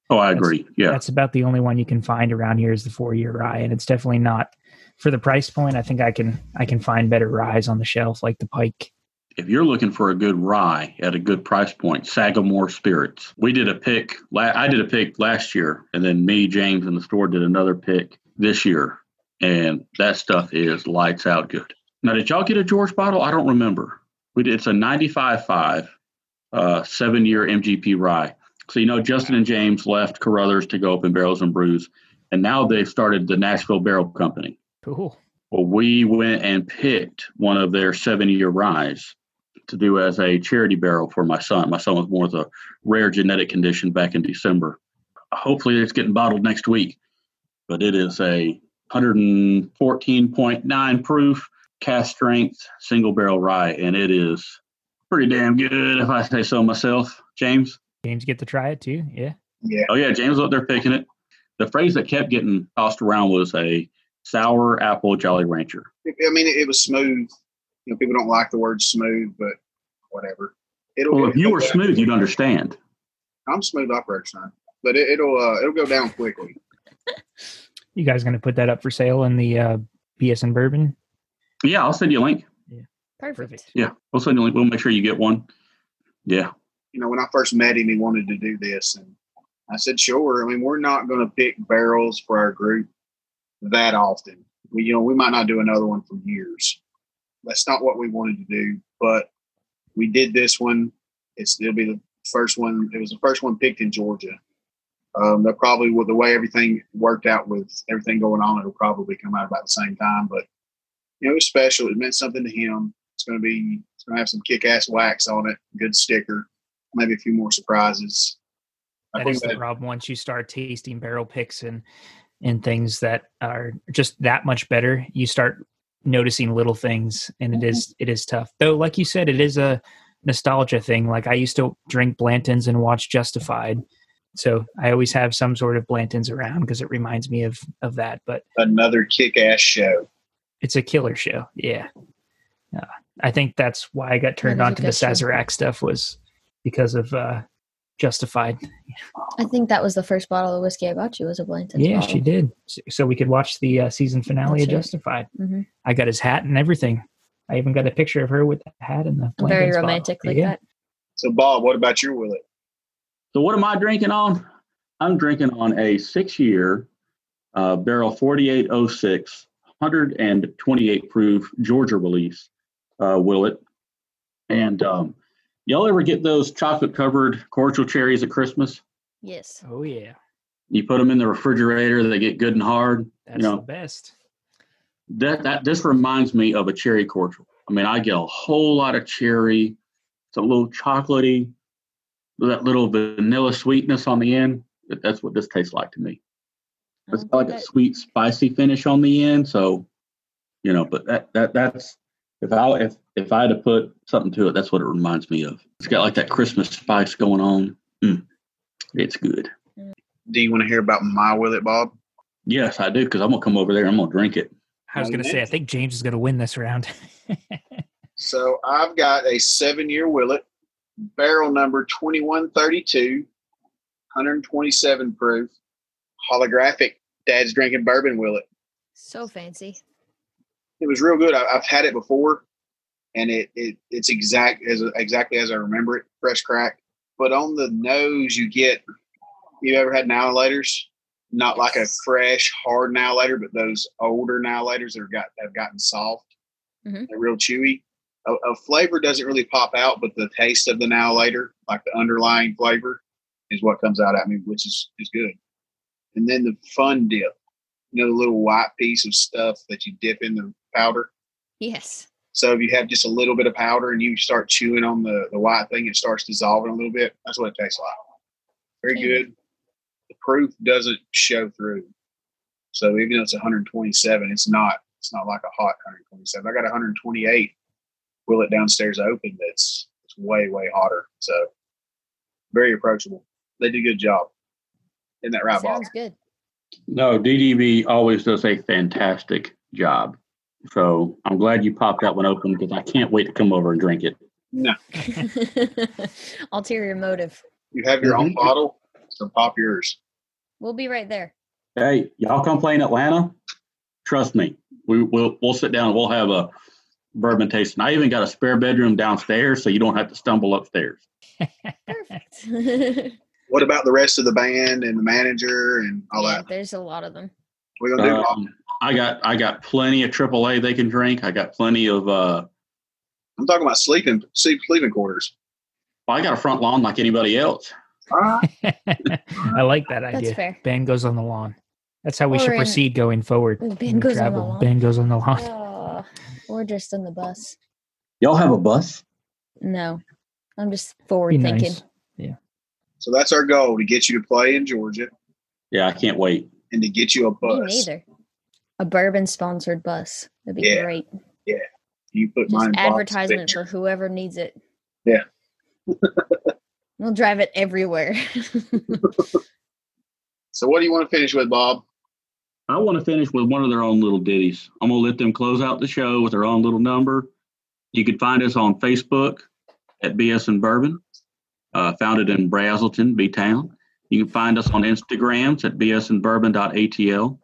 Oh, I That's- agree. yeah. That's about the only one you can find around here is the four year rye, and it's definitely not for the price point. I think I can I can find better ryes on the shelf like the Pike. if you're looking for a good rye at a good price point, Sagamore Spirits. We did a pick. La- I did a pick last year, and then me, James, and the store did another pick this year, and that stuff is lights out good. Now, did y'all get a George bottle? I don't remember. We did, it's a 95.5, uh, seven year MGP rye. So you know, Justin and James left Carruthers to go up in Barrels and Brews, and now they've started the Nashville Barrel Company. Cool. Well, we went and picked one of their seven year ryes to do as a charity barrel for my son. My son was born with a rare genetic condition back in December. Hopefully, it's getting bottled next week, but it is a 114.9 proof cast strength single barrel rye, and it is pretty damn good, if I say so myself. James? James get to try it too. Yeah. yeah. Oh yeah, James was up there picking it. The phrase that kept getting tossed around was a sour apple Jolly Rancher. I mean, it was smooth. You know, people don't like the word smooth, but whatever. It'll. Well, if you it'll were go- smooth, you'd understand. I'm smooth operator, son. But it, it'll uh, it'll go down quickly. You guys gonna put that up for sale in the uh, BS and bourbon? Yeah, I'll send you a link. Perfect. Perfect. Yeah, we'll send you a link. We'll make sure you get one. Yeah, you know, when I first met him, he wanted to do this. And I said, sure. I mean, we're not going to pick barrels for our group that often. We, you know, we might not do another one for years. That's not what we wanted to do, but we did this one. It's, it'll be the first one. It was the first one picked in Georgia. Um, that probably with the way everything worked out with everything going on, it'll probably come out about the same time, but you know, it was special. It meant something to him. It's going to be, it's going to have some kick ass wax on it. Good sticker maybe a few more surprises. I that think is the that- problem once you start tasting barrel picks and and things that are just that much better you start noticing little things and Mm-hmm. it is it is tough though like you said it is a nostalgia thing like i used to drink blantons and watch justified so i always have some sort of blantons around because it reminds me of of that but another kick ass show. it's a killer show yeah uh, i think that's why i got turned is on a to the good show. sazerac stuff was because of uh justified I think that was the first bottle of whiskey I bought you was a Blanton's Yeah, bottle. she did. S- So we could watch the uh, season finale That's of right. Justified. Mhm. I got his hat and everything. I even got a picture of her with the hat and the Very blankets bottle. romantic like Yeah, that. So, Bob, what about your willet? So what am I drinking on? I'm drinking on a six-year uh, barrel 4806, 128 proof Georgia release uh, Willet. And um, y'all ever get those chocolate-covered cordial cherries at Christmas? Yes. Oh yeah, You put them in the refrigerator, they get good and hard. that's know. the best. That that this reminds me of a cherry cordial. I mean, I get a whole lot of cherry. It's a little chocolatey, that little vanilla sweetness on the end. That- That's what this tastes like to me. It's Okay, got like a that- sweet, spicy finish on the end. So, you know, but that that that's if I if if I had to put something to it, that's what it reminds me of. It's got like that Christmas spice going on. Mm, it's good. Do you want to hear about my willet, Bob? Yes, I do because I'm gonna come over there. and I'm gonna drink it. I was Well, gonna say I next- think James is gonna win this round. So I've got a seven year Willet, barrel number 2132, 127 proof, holographic dad's drinking bourbon Willet. So fancy. It was real good. I, I've had it before and it, it it's exact as exactly as I remember it, fresh crack. But on the nose, you get you ever had annihilators? Not like a Yes. fresh, hard annihilator, but those older annihilators that have got that have gotten soft, Mhm. they're real chewy. A, a flavor doesn't really pop out, but the taste of the annihilator, like the underlying flavor, is what comes out at me, which is is good. And then the fun dip, you know, the little white piece of stuff that you dip in the powder. Yes. So if you have just a little bit of powder and you start chewing on the, the white thing, it starts dissolving a little bit. That's what it tastes like. Very Okay. good. The proof doesn't show through. So even though it's 127, it's not it's not like a hot 127. I got 128 will it downstairs open that's it's way, way hotter. So very approachable. They did a good job. Isn't that right, Bob? Sounds good. No, DDB always does a fantastic job. So I'm glad you popped that one open because I can't wait to come over and drink it. Ulterior motive. You have your own Mhm. bottle, so pop yours. We'll be right there. Hey, y'all come play in Atlanta? Trust me, we will we'll sit down and we'll have a bourbon tasting. I even got a spare bedroom downstairs, so you don't have to stumble upstairs. Perfect. What about the rest of the band and the manager and all yeah, that? there's a lot of them. We're gonna do Bob? Um, I got I got plenty of AAA they can drink. I got plenty of uh, I'm talking about sleeping sleep, sleeping quarters. well, I got a front lawn like anybody else. All right. I like that That's idea. fair. Ben goes on the lawn. That's how Or we should in- proceed going forward. Ooh, Ben when we goes on the travel. lawn. Ben goes on the lawn. Oh, we're just on the bus. Y'all have a bus? No, I'm just forward Be thinking. nice. So that's our goal to get you to play in Georgia Yeah, I can't wait. and to get you a Me bus. neither. A bourbon sponsored bus. That'd be Yeah. great. You put Just mine in Bob's advertisement picture. for whoever needs it. Yeah. we'll drive it everywhere. So what do you want to finish with, Bob? I want to finish with one of their own little ditties. I'm gonna let them close out the show with their own little number. You can find us on Facebook at BS and Bourbon, uh, founded in Brazelton, B Town. You can find us on Instagrams at bsandbourbon.atl.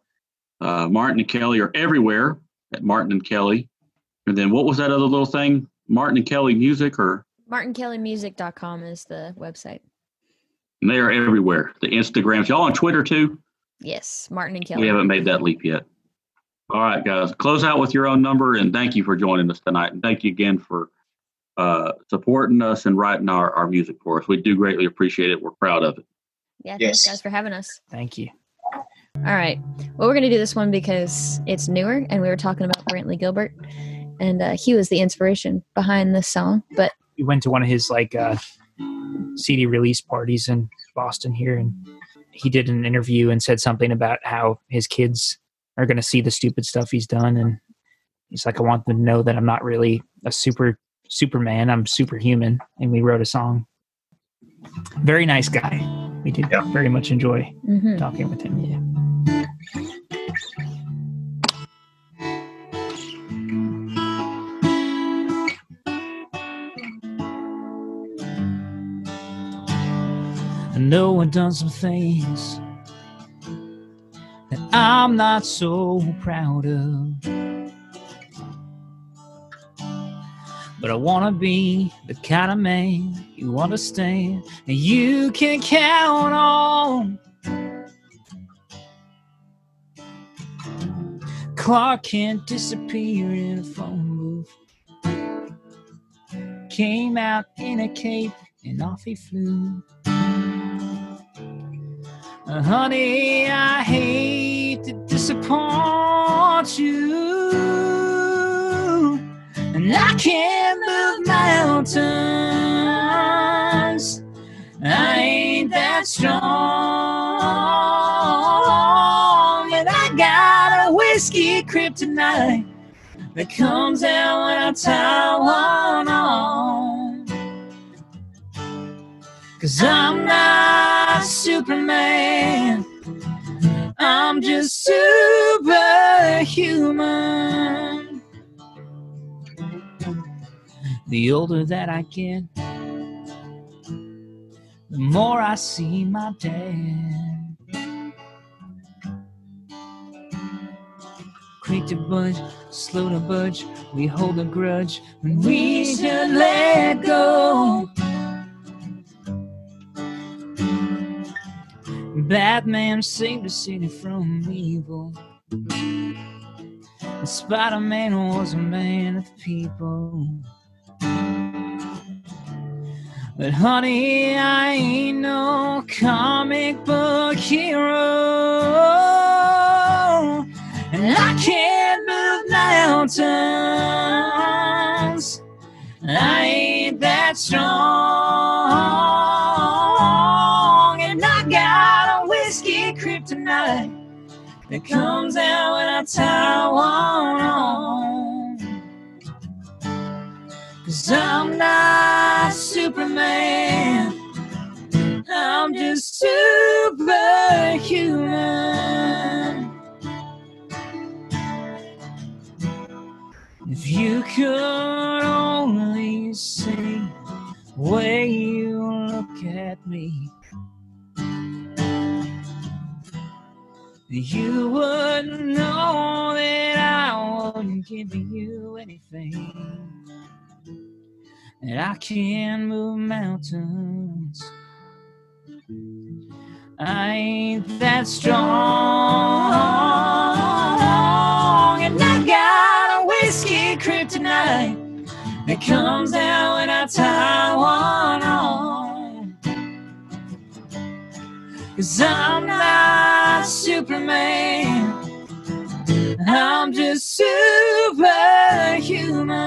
Uh, Martin and Kelly are everywhere at Martin and Kelly. And then what was that other little thing? Martin and Kelly music, or MartinKellyMusic.com is the website. and they are everywhere. The Instagrams, y'all on Twitter too. Yes, Martin and Kelly. We haven't made that leap yet. All right, guys, close out with your own number, and thank you for joining us tonight. And thank you again for uh, supporting us and writing our, our music for us. We do greatly appreciate it. We're proud of it. Yeah, Yes. thanks guys for having us. Thank you. All right. Well, we're going to do this one because it's newer and we were talking about Brantley Gilbert and uh, he was the inspiration behind this song. But We went to one of his like uh, CD release parties in Boston here, and he did an interview and said something about how his kids are going to see the stupid stuff he's done, and he's like, "I want them to know that I'm not really a super Superman. I'm superhuman." And we wrote a song. Very nice guy. We did Yeah. very much enjoy Mhm. talking with him. Yeah. I know I've done some things that I'm not so proud of. But I wanna be the kind of man you understand and you can count on. Clark can't disappear in a phone booth. Came out in a cape and off he flew. Uh, honey, I hate to disappoint you. And I can't move mountains. I ain't that strong. But I got a whiskey kryptonite that comes out when I tie one on. Cause I'm not Superman. I'm just superhuman. The older that I get, the more I see my dad. Quick to budge, slow to budge, we hold a grudge when we should let go. Batman saved the city from evil. And Spider Man was a man of the people. But honey, I ain't no comic book hero. And I can't move mountains. I ain't that strong. And I got a whiskey kryptonite that comes out when I tie one on. Cause I'm not Superman. I'm just superhuman. If you could only see the way you look at me, you would know that I wouldn't give you anything. And I can move mountains. I ain't that strong. And I got a whiskey kryptonite that comes out when I tie one on. Cause I'm not Superman, I'm just superhuman.